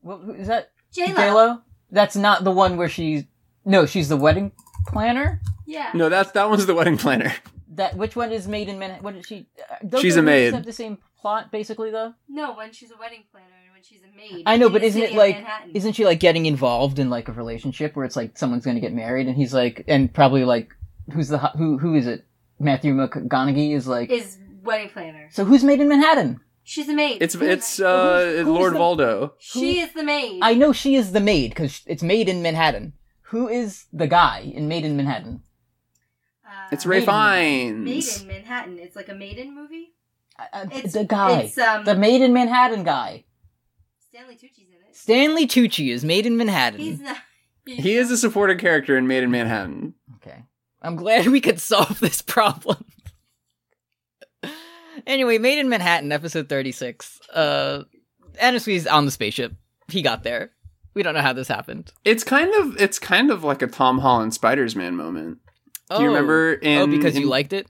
Speaker 2: What who- is that?
Speaker 4: J Lo.
Speaker 2: J-Lo? That's not the one where she's. No, she's the wedding planner.
Speaker 4: Yeah.
Speaker 3: No, that's that one's the wedding planner.
Speaker 2: That which one is made in Manhattan? What is she? uh, don't
Speaker 3: She's
Speaker 2: they
Speaker 3: a maid.
Speaker 2: Have the same plot basically though.
Speaker 4: No, when she's a wedding planner and when she's a maid.
Speaker 2: I know,
Speaker 4: in
Speaker 2: but
Speaker 4: the
Speaker 2: isn't
Speaker 4: city
Speaker 2: it
Speaker 4: of
Speaker 2: like
Speaker 4: Manhattan.
Speaker 2: isn't she like getting involved in like a relationship where it's like someone's going to get married and he's like and probably like who's the ho- who who is it? Matthew McConaughey is like
Speaker 4: is wedding planner?
Speaker 2: so who's made in Manhattan?
Speaker 4: She's a maid.
Speaker 3: It's it's
Speaker 2: Who's-
Speaker 3: uh
Speaker 2: who's
Speaker 3: Lord
Speaker 2: the-
Speaker 3: Waldo.
Speaker 4: she is the maid.
Speaker 2: I know she is the maid because it's made in Manhattan. Who is the guy in Made in Manhattan?
Speaker 4: Uh,
Speaker 3: It's Ray
Speaker 2: Maiden.
Speaker 4: Made
Speaker 3: Fiennes.
Speaker 4: in Manhattan. It's like a maiden movie.
Speaker 2: I- I-
Speaker 4: It's-
Speaker 2: Uh, the guy,
Speaker 4: it's, um,
Speaker 2: the Made in Manhattan guy.
Speaker 4: Stanley Tucci's in it.
Speaker 2: Stanley Tucci is Made in Manhattan.
Speaker 4: He's not. he's
Speaker 3: He is
Speaker 4: not-
Speaker 3: a supporting character in Made in Manhattan.
Speaker 2: Okay. I'm glad we could solve this problem. anyway, Made in Manhattan, episode 36. Uh, Anaswee's on the spaceship. He got there. We don't know how this happened.
Speaker 3: It's kind of it's kind of like a Tom Holland Spider's Man moment. Do you remember? In,
Speaker 2: oh, because you
Speaker 3: in-
Speaker 2: liked it?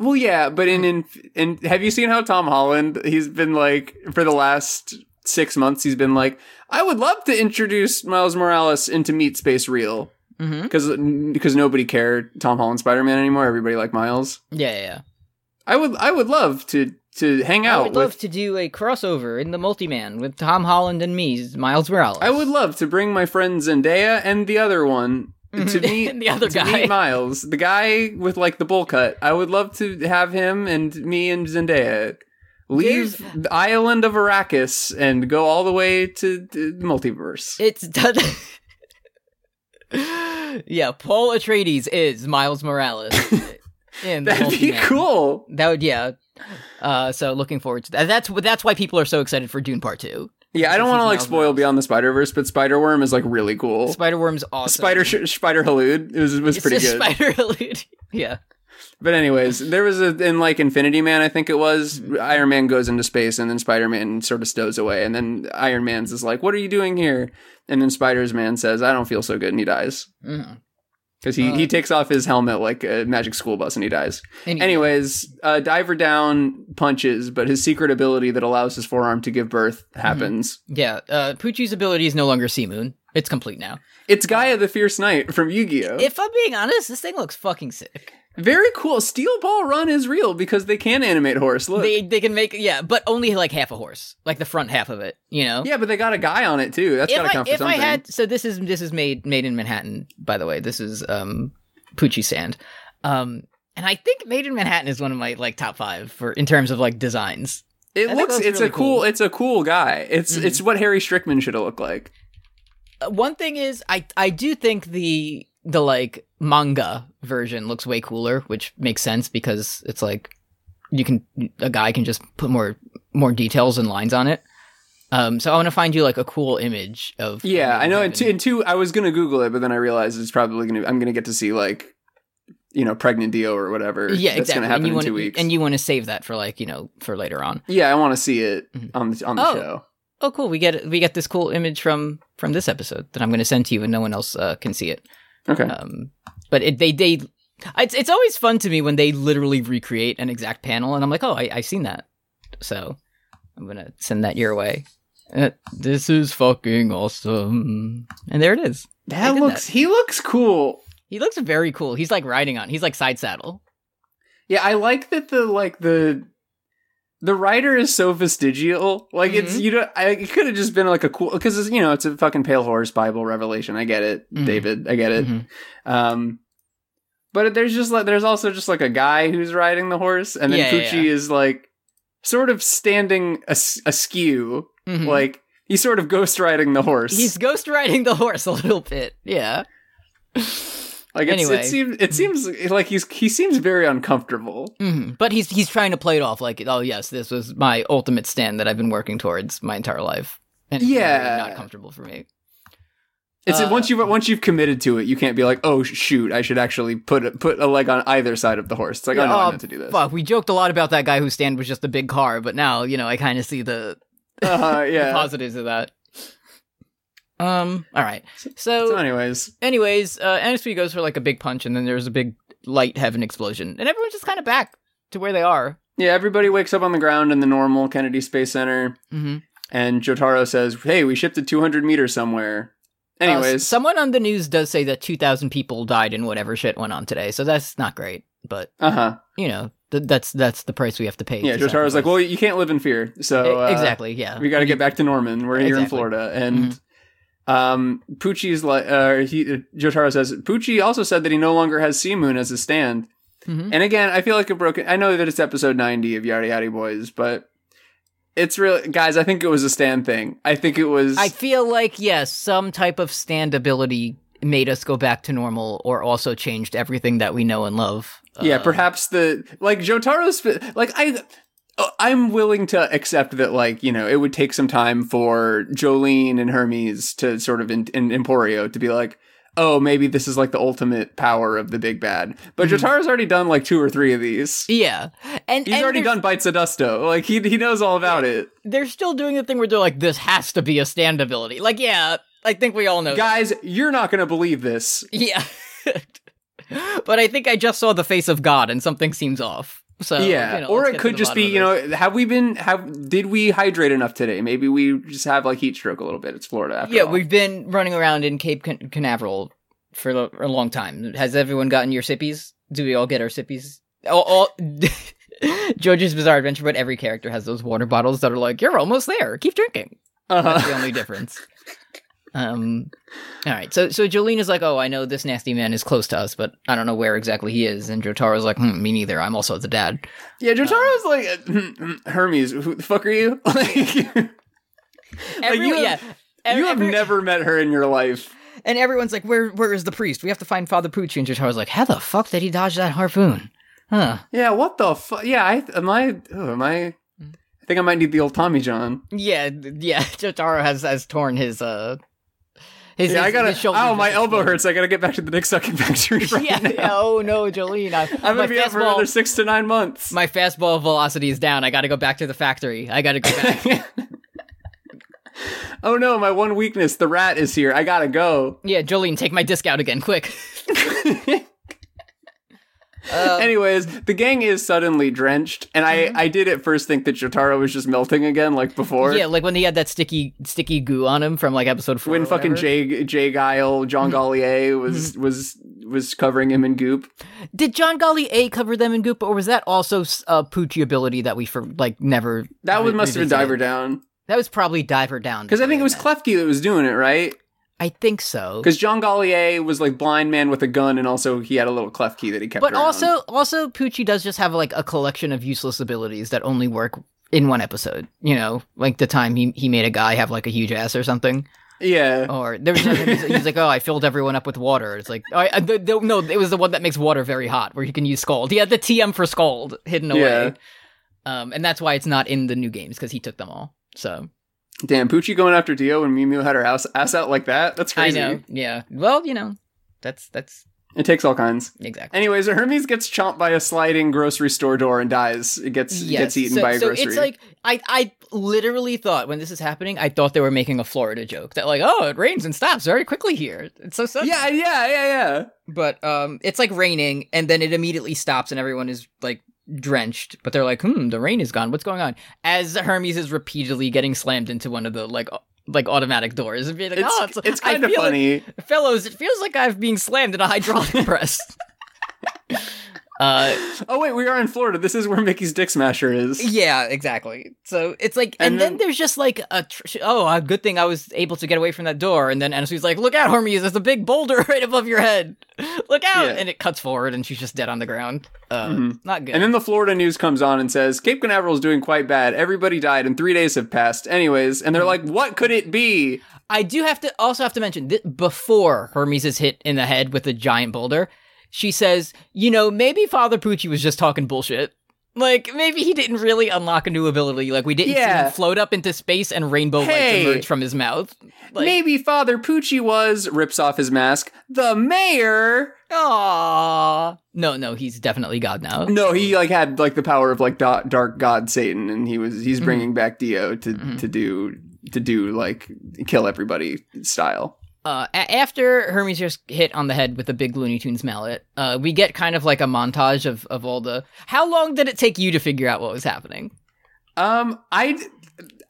Speaker 3: Well, yeah, but in in and have you seen how Tom Holland? He's been like for the last six months, he's been like, I would love to introduce Miles Morales into Meat Space Real
Speaker 2: Mm-hmm.
Speaker 3: because because nobody cared Tom Holland Spider Man anymore. Everybody liked Miles.
Speaker 2: Yeah, yeah, yeah.
Speaker 3: I would I would love to to hang
Speaker 2: I
Speaker 3: out
Speaker 2: would
Speaker 3: with.
Speaker 2: love to do a crossover in the Multi-Man with Tom Holland and me, Miles Morales.
Speaker 3: I would love to bring my friend Zendaya and the other one to
Speaker 2: Mhm.
Speaker 3: meet
Speaker 2: The other
Speaker 3: to
Speaker 2: guy.
Speaker 3: meet Miles, the guy with like the bowl cut. I would love to have him and me and Zendaya leave the island of Arrakis and go all the way to the multiverse.
Speaker 2: It's done. yeah, Paul Atreides is Miles Morales. in the
Speaker 3: That'd be
Speaker 2: Multi-Man.
Speaker 3: cool.
Speaker 2: That would yeah. Uh, so looking forward to that. That's that's why people are so excited for Dune Part Two.
Speaker 3: Yeah, I don't
Speaker 2: Since
Speaker 3: want
Speaker 2: he's
Speaker 3: to like
Speaker 2: Miles
Speaker 3: spoil
Speaker 2: Morales.
Speaker 3: Beyond the Spider Verse, but Spider Worm is like really cool.
Speaker 2: Spider Worm's awesome.
Speaker 3: Oh. Spider sh- Spider Halud it was it was
Speaker 2: It's
Speaker 3: pretty
Speaker 2: just
Speaker 3: good.
Speaker 2: Spider Elude. yeah.
Speaker 3: But anyways, there was a in like Infinity Man, I think it was.
Speaker 2: Mm-hmm.
Speaker 3: Iron Man goes into space, and then Spider Man sort of stows away, and then Iron Man's is like, "What are you doing here?" And then Spider Man says, "I don't feel so good," and he dies
Speaker 2: Mhm.
Speaker 3: because he
Speaker 2: Uh.
Speaker 3: he takes off his helmet like a magic school bus, and he dies.
Speaker 2: Any-
Speaker 3: Anyways, uh, Diver Down punches, but his secret ability that allows his forearm to give birth
Speaker 2: Mm-hmm.
Speaker 3: happens.
Speaker 2: yeah. Uh, Poochie's ability is no longer Sea Moon. It's complete now.
Speaker 3: It's Gaia the Fierce Knight from Yu Gi Oh.
Speaker 2: If I'm being honest, this thing looks fucking sick.
Speaker 3: Very cool. Steel Ball Run is real because they can animate horse. Look.
Speaker 2: They they can make yeah, but only like half a horse, like the front half of it. You know.
Speaker 3: yeah, but they got a guy on it too. That's
Speaker 2: if
Speaker 3: gotta
Speaker 2: I,
Speaker 3: count for
Speaker 2: if
Speaker 3: something.
Speaker 2: I had so this is this is made made in Manhattan by the way this is um Poochie Sand um and I think made in Manhattan is one of my like top five for in terms of like designs
Speaker 3: It
Speaker 2: I think
Speaker 3: looks
Speaker 2: that's
Speaker 3: it's a
Speaker 2: really
Speaker 3: cool,
Speaker 2: cool.
Speaker 3: it's a cool guy. It's
Speaker 2: Mhm.
Speaker 3: it's what Harry Strickman should have looked like.
Speaker 2: Uh, one thing is I I do think the the like manga version looks way cooler which makes sense because it's like you can a guy can just put more more details and lines on it um so I want to find you like a cool image of
Speaker 3: Yeah, I know. And two,
Speaker 2: Manhattan.
Speaker 3: and two, I was gonna Google it, but then I realized it's probably gonna I'm gonna get to see like, you know, pregnant Dio or whatever.
Speaker 2: yeah
Speaker 3: that's
Speaker 2: exactly
Speaker 3: gonna happen
Speaker 2: and you
Speaker 3: in
Speaker 2: want
Speaker 3: two weeks.
Speaker 2: and you want to save that for like you know for later on
Speaker 3: yeah, I want to see it
Speaker 2: Mhm.
Speaker 3: on the on the
Speaker 2: Oh.
Speaker 3: show.
Speaker 2: oh cool we get we get this cool image from from this episode that i'm going to send to you and no one else uh, can see it
Speaker 3: Okay,
Speaker 2: um but it, they they it's it's always fun to me when they literally recreate an exact panel and i'm like oh I, i've seen that so i'm going to send that your way Uh, this is fucking awesome and there it is
Speaker 3: that
Speaker 2: did
Speaker 3: looks he looks cool.
Speaker 2: he looks very cool he's like riding on he's like side saddle
Speaker 3: Yeah, I like that the like the the writer is so vestigial. Like it's
Speaker 2: Mm-hmm.
Speaker 3: you know I, it could have just been like a cool because you know it's a fucking pale horse Bible revelation. I get it,
Speaker 2: Mhm.
Speaker 3: David. I get it.
Speaker 2: Mhm.
Speaker 3: Um, but there's just like there's also just like a guy who's riding the horse, and then
Speaker 2: Yeah, yeah,
Speaker 3: Fuchi
Speaker 2: yeah.
Speaker 3: is like sort of standing as- askew,
Speaker 2: Mhm.
Speaker 3: like he's sort of ghost riding the horse.
Speaker 2: he's ghost riding the horse a little bit. Yeah.
Speaker 3: like it's,
Speaker 2: anyway. Mm-hmm.
Speaker 3: it seems it seems like he's he seems very uncomfortable.
Speaker 2: hmm But he's he's trying to play it off like, oh yes, this was my ultimate stand that I've been working towards my entire life, and it's really
Speaker 3: Yeah.
Speaker 2: not comfortable for me.
Speaker 3: It's
Speaker 2: Uh,
Speaker 3: once you have once you've committed to it, you can't be like, oh sh- shoot, I should actually put a, put a leg on either side of the horse. It's like, oh no,
Speaker 2: Oh,
Speaker 3: I meant to do this.
Speaker 2: Fuck, we joked a lot about that guy whose stand was just a big car, but now you know I kind of see the,
Speaker 3: Uh,
Speaker 2: the
Speaker 3: yeah.
Speaker 2: positives of that. Um. All right.
Speaker 3: So, anyways,
Speaker 2: anyways, uh, NXP goes for like a big punch, and then there's a big light heaven explosion, and everyone's just kind of back to where they are.
Speaker 3: yeah, everybody wakes up on the ground in the normal Kennedy Space Center.
Speaker 2: Mm-hmm.
Speaker 3: And Jotaro says, "Hey, we shipped it 200 meters somewhere." Anyways,
Speaker 2: Uh, someone on the news does say that 2,000 people died in whatever shit went on today, so that's not great. But
Speaker 3: uh huh.
Speaker 2: you know, th- that's that's the price we have to pay.
Speaker 3: Yeah,
Speaker 2: to
Speaker 3: Jotaro's like,
Speaker 2: sacrifice.
Speaker 3: "Well, you can't live in fear, so
Speaker 2: E-
Speaker 3: uh,
Speaker 2: exactly, yeah,
Speaker 3: we got to get back to Norman. We're here in
Speaker 2: Exactly. Mm-hmm.
Speaker 3: Florida." And um, Pucci's like, uh, he, uh, Jotaro says, "Pucci also said that he no longer has Sea Moon as his stand."
Speaker 2: Mhm.
Speaker 3: And again, I feel like a broken. I know that it's episode 90 of Yada Yada Boys, but it's real, guys. I think it was a stand thing. I think it was.
Speaker 2: I feel like yes, some type of standability made us go back to normal, or also changed everything that we know and love.
Speaker 3: Yeah,
Speaker 2: Uh,
Speaker 3: perhaps the like Jotaro's like I oh, I'm willing to accept that like, you know, it would take some time for Jolene and Hermes to sort of in, in Emporio to be like, "Oh, maybe this is like the ultimate power of the big bad." But Jotaro's already done like two or three of these.
Speaker 2: Mm-hmm. Yeah, and
Speaker 3: He's
Speaker 2: and
Speaker 3: already
Speaker 2: there's-
Speaker 3: done Bites of Dusto. Like he he knows all about it.
Speaker 2: they're still doing the thing where they're like, this has to be a stand ability. Like, yeah, I think we all know. that.
Speaker 3: Guys, you're not going to believe this.
Speaker 2: Yeah. but I think I just saw the face of God and something seems off. So
Speaker 3: yeah,
Speaker 2: you know,
Speaker 3: or
Speaker 2: let's
Speaker 3: it
Speaker 2: get to
Speaker 3: could
Speaker 2: the
Speaker 3: just be,
Speaker 2: bottom of
Speaker 3: you
Speaker 2: this.
Speaker 3: know, have we been have did we hydrate enough today? Maybe we just have like heat stroke a little bit. It's Florida after
Speaker 2: Yeah,
Speaker 3: all.
Speaker 2: we've been running around in Cape Can- Canaveral for lo- a long time. Has everyone gotten your sippies? Do we all get our sippies? All, all JoJo's Bizarre Adventure, but every character has those water bottles that are like, you're almost there. Keep drinking.
Speaker 3: Uh-huh.
Speaker 2: That's the only difference. Um, all right. So so Jolene is like, oh, I know this nasty man is close to us, but I don't know where exactly he is. And Jotaro's like, hmm, me neither. I'm also the dad.
Speaker 3: Yeah, Jotaro's
Speaker 2: um,
Speaker 3: like Hermes. Who the fuck are you? like, you
Speaker 2: Everyone-
Speaker 3: have-
Speaker 2: yeah. Ev-
Speaker 3: have
Speaker 2: every-
Speaker 3: never met her in your life.
Speaker 2: And everyone's like, where where is the priest? We have to find Father Pucci. And Jotaro's like, how the fuck did he dodge that harpoon? Huh.
Speaker 3: Yeah, what the fuck? Yeah, I am I oh, am I?
Speaker 2: Mm.
Speaker 3: I think I might need the old Tommy John.
Speaker 2: Yeah. th- Yeah. Jotaro has has torn his uh. His,
Speaker 3: Yeah, I
Speaker 2: his-
Speaker 3: gotta.
Speaker 2: his shoulder
Speaker 3: Oh, my
Speaker 2: just
Speaker 3: elbow
Speaker 2: exploded.
Speaker 3: hurts. I gotta get back to the Nick sucking factory. Right
Speaker 2: Yeah,
Speaker 3: now.
Speaker 2: yeah. Oh no, Jolene. I,
Speaker 3: I'm
Speaker 2: my
Speaker 3: gonna be out for
Speaker 2: fastball-
Speaker 3: another six to nine months.
Speaker 2: My fastball velocity is down. I got to go back to the factory. I got to go back.
Speaker 3: oh no, my one weakness, the rat is here. I gotta go.
Speaker 2: yeah, Jolene, take my disc out again, quick. Uh,
Speaker 3: Anyways, the gang is suddenly drenched, and
Speaker 2: Mm-hmm.
Speaker 3: I I did at first think that Jotaro was just melting again, like before.
Speaker 2: yeah, like when he had that sticky, sticky goo on him from like episode four.
Speaker 3: when
Speaker 2: or
Speaker 3: fucking
Speaker 2: whatever.
Speaker 3: Jay Jay Guile, John
Speaker 2: Mm-hmm.
Speaker 3: Gallier was was was covering him in goop.
Speaker 2: did John Golly A cover them in Goop, or was that also a Poochie ability that we for like never?
Speaker 3: That
Speaker 2: re-
Speaker 3: one must have been
Speaker 2: revisited?
Speaker 3: Diver Down
Speaker 2: That was probably Diver Down.
Speaker 3: because I think it was Klefki that was doing it, right?
Speaker 2: I think so.
Speaker 3: Because John Gallier was like blind man with a gun, and also he had a little Klefki that he kept.
Speaker 2: But
Speaker 3: around.
Speaker 2: also, also Poochie does just have like a collection of useless abilities that only work in one episode. You know, like the time he he made a guy have like a huge ass or something.
Speaker 3: yeah,
Speaker 2: Or there was another one, he's, he's like, oh, I filled everyone up with water. It's like, "Oh, I, I- the, the, no, it was the one that makes water very hot, where you can use scald. He had the TM for scald hidden away,
Speaker 3: Yeah.
Speaker 2: um, and that's why it's not in the new games because he took them all. So
Speaker 3: damn Poochie going after Dio and Miu Miu had her ass, ass out like that. That's crazy.
Speaker 2: I know, yeah. Well, you know, that's that's
Speaker 3: It takes all kinds.
Speaker 2: exactly.
Speaker 3: Anyways, Hermes gets chomped by a sliding grocery store door and dies. It gets it gets eaten
Speaker 2: so,
Speaker 3: by a
Speaker 2: so
Speaker 3: grocery.
Speaker 2: it's like I, I literally thought when this is happening, I thought they were making a Florida joke that like, oh, it rains and stops very quickly here. It's so sudden.
Speaker 3: yeah, yeah, yeah, yeah.
Speaker 2: but um it's like raining and then it immediately stops and everyone is like drenched but they're like hmm the rain is gone what's going on as hermes is repeatedly getting slammed into one of the like au- like automatic doors and being like
Speaker 3: It's
Speaker 2: oh it's,
Speaker 3: it's
Speaker 2: I
Speaker 3: kind of
Speaker 2: feel
Speaker 3: funny.
Speaker 2: like, fellows it feels like i've been slammed in a hydraulic press Uh,
Speaker 3: oh wait, we are in Florida. This is where Mickey's Dick Smasher is.
Speaker 2: yeah, exactly. So it's like, and,
Speaker 3: And
Speaker 2: then,
Speaker 3: then-
Speaker 2: there's just like a tr- sh- oh, a good thing I was able to get away from that door. And then Anasu's like, "Look out, Hermes! There's a big boulder right above your head. Look out!"
Speaker 3: Yeah.
Speaker 2: And it cuts forward, and she's just dead on the ground. Uh,
Speaker 3: Mhm.
Speaker 2: Not good.
Speaker 3: And then the Florida news comes on and says Cape Canaveral is doing quite bad. Everybody died, and three days have passed. Anyways, and they're like, "What could it be?"
Speaker 2: I do have to also have to mention that before Hermes is hit in the head with a giant boulder, she says, "You know, maybe Father Pucci was just talking bullshit. Like maybe he didn't really unlock a new ability. Like we didn't see
Speaker 3: Yeah.
Speaker 2: him float up into space and rainbow
Speaker 3: Hey.
Speaker 2: lights emerge from his mouth. Like,
Speaker 3: Maybe Father Pucci was rips off his mask. The mayor.
Speaker 2: Aww. No, no, he's definitely God now.
Speaker 3: No, he like had like the power of like da- dark god Satan, and he was
Speaker 2: Mm-hmm.
Speaker 3: he's bringing back Dio to
Speaker 2: Mhm.
Speaker 3: to do to do like kill everybody style.
Speaker 2: Uh, a- after Hermes just hit on the head with a big Looney Tunes mallet, uh, we get kind of like a montage of of all the. How long did it take you to figure out what was happening?
Speaker 3: Um, I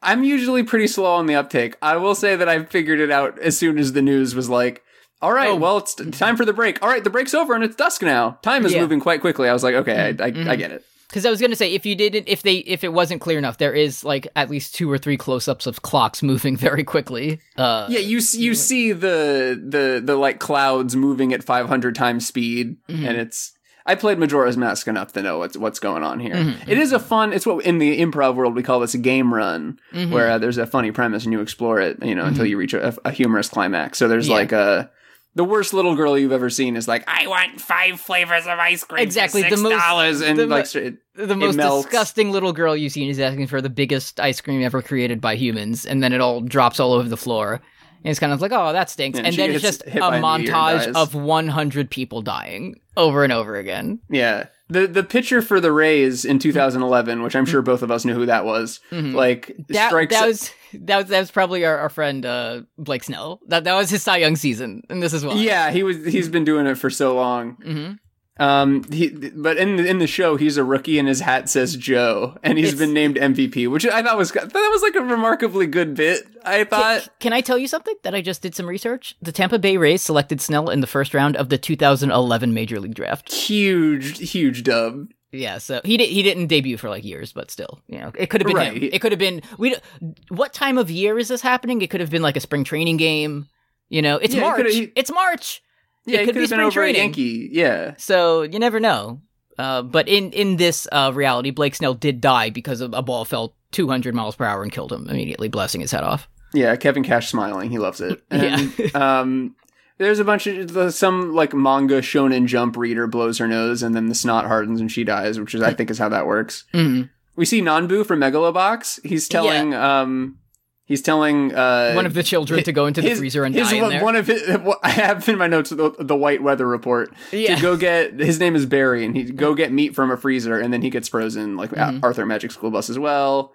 Speaker 3: I'm usually pretty slow on the uptake. I will say that I figured it out as soon as the news was like. All right,
Speaker 2: Oh.
Speaker 3: well, it's t- time for the break. All right, the break's over and it's dusk now. Time is
Speaker 2: Yeah.
Speaker 3: moving quite quickly. I was like, okay, I, I, I
Speaker 2: Mhm.
Speaker 3: get it.
Speaker 2: Because I was gonna say if you didn't, if they, if it wasn't clear enough, there is like at least two or three close-ups of clocks moving very quickly. Uh,
Speaker 3: Yeah, you s- you see the the the like clouds moving at 500 times speed,
Speaker 2: Mhm.
Speaker 3: and it's. I played Majora's Mask enough to know what's what's going on here.
Speaker 2: Mhm,
Speaker 3: It is a fun. It's what in the improv world we call this a game run,
Speaker 2: mhm.
Speaker 3: where uh, there's a funny premise and you explore it, you know, until you reach a, a humorous climax. So there's
Speaker 2: Mm-hmm. Yeah.
Speaker 3: like a. The worst little girl you've ever seen is like I want five flavors of ice cream.
Speaker 2: Exactly, the
Speaker 3: for $6
Speaker 2: most-
Speaker 3: and
Speaker 2: the mo-
Speaker 3: like straight-
Speaker 2: the most
Speaker 3: melts.
Speaker 2: disgusting little girl you've seen is asking for the biggest ice cream ever created by humans, and then it all drops all over the floor. And it's kind of like, oh, that stinks.
Speaker 3: And
Speaker 2: and
Speaker 3: she
Speaker 2: then it's
Speaker 3: gets
Speaker 2: just a
Speaker 3: hit by a meteor and
Speaker 2: montage
Speaker 3: dies.
Speaker 2: of 100 people dying over and over again.
Speaker 3: Yeah. The the pitcher for the Rays
Speaker 2: Mm-hmm.
Speaker 3: in 2011, which I'm sure both of us knew who that was,
Speaker 2: Mhm.
Speaker 3: like
Speaker 2: Mm-hmm. That,
Speaker 3: strikes
Speaker 2: that was that was that was probably our, our friend uh, Blake Snell. That that was his Cy Young season, and this is why.
Speaker 3: Yeah, he was he's been doing it for so long.
Speaker 2: hmm
Speaker 3: Um he but in the, in the show he's a rookie and his hat says Joe and he's
Speaker 2: It's-
Speaker 3: been named MVP, which I thought was that was like a remarkably good bit. I
Speaker 2: Can,
Speaker 3: thought
Speaker 2: can I tell you something that I just did some research? The Tampa Bay Rays selected Snell in the first round of the 2011 Major League Draft.
Speaker 3: huge huge dub.
Speaker 2: Yeah, so he did, he didn't debut for like years, but still, you know, it could have been
Speaker 3: Right.
Speaker 2: him. It could have been we. don't- What time of year is this happening? It could have been like a spring training game. You know, it's
Speaker 3: Yeah, it
Speaker 2: March.
Speaker 3: could have- he-
Speaker 2: it's March,
Speaker 3: Yeah,
Speaker 2: It
Speaker 3: he
Speaker 2: could be
Speaker 3: have been
Speaker 2: spring
Speaker 3: over a
Speaker 2: training.
Speaker 3: Yankee. Yeah.
Speaker 2: so you never know. Uh, but in in this uh, reality, Blake Snell did die because a a ball fell 200 miles per hour and killed him immediately, blasting his head off.
Speaker 3: Yeah, Kevin Cash smiling. He loves it. And,
Speaker 2: Yeah.
Speaker 3: um, there's a bunch of the- some like manga shonen jump reader blows her nose, and then the snot hardens and she dies, which is I think is how that works.
Speaker 2: Mhm.
Speaker 3: We see Nanbu from Megalobox. He's telling um, he's telling uh,
Speaker 2: One of the children to go into the
Speaker 3: his-
Speaker 2: freezer and
Speaker 3: his,
Speaker 2: die in
Speaker 3: one,
Speaker 2: there.
Speaker 3: one of his. I have in my notes the, the white weather report.
Speaker 2: Yeah. Mm-hmm.
Speaker 3: To go get his name is Barry, and he go get meat from a freezer, and then he gets frozen like
Speaker 2: Mhm.
Speaker 3: Arthur Magic School Bus as well.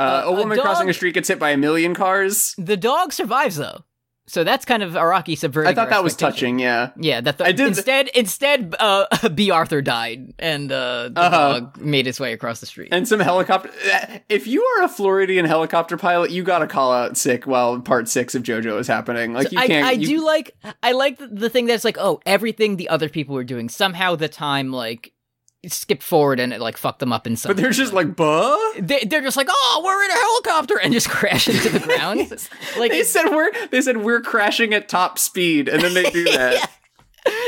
Speaker 3: Uh,
Speaker 2: Uh,
Speaker 3: a
Speaker 2: a
Speaker 3: woman crossing
Speaker 2: dog-
Speaker 3: a street gets hit by a million cars.
Speaker 2: the dog survives though, so that's kind of Araki subverting.
Speaker 3: I thought
Speaker 2: our
Speaker 3: that was
Speaker 2: expectations.
Speaker 3: touching. Yeah.
Speaker 2: Yeah, that the,
Speaker 3: I did-
Speaker 2: instead instead uh, B. Arthur died and uh, the
Speaker 3: Uh-huh.
Speaker 2: dog made its way across the street.
Speaker 3: And some helicopter. If you are a Floridian helicopter pilot, you gotta call out sick while part six of JoJo is happening. Like you
Speaker 2: I,
Speaker 3: can't.
Speaker 2: I
Speaker 3: you-
Speaker 2: do like I like the, the thing that's like oh everything the other people were doing somehow the time like skipped forward and it like fucked them up in some.
Speaker 3: But they're just like, buh.
Speaker 2: they, they're just like oh we're in a helicopter and just crash into the ground. Like
Speaker 3: They said we're. They said we're crashing at top speed, and then they do that.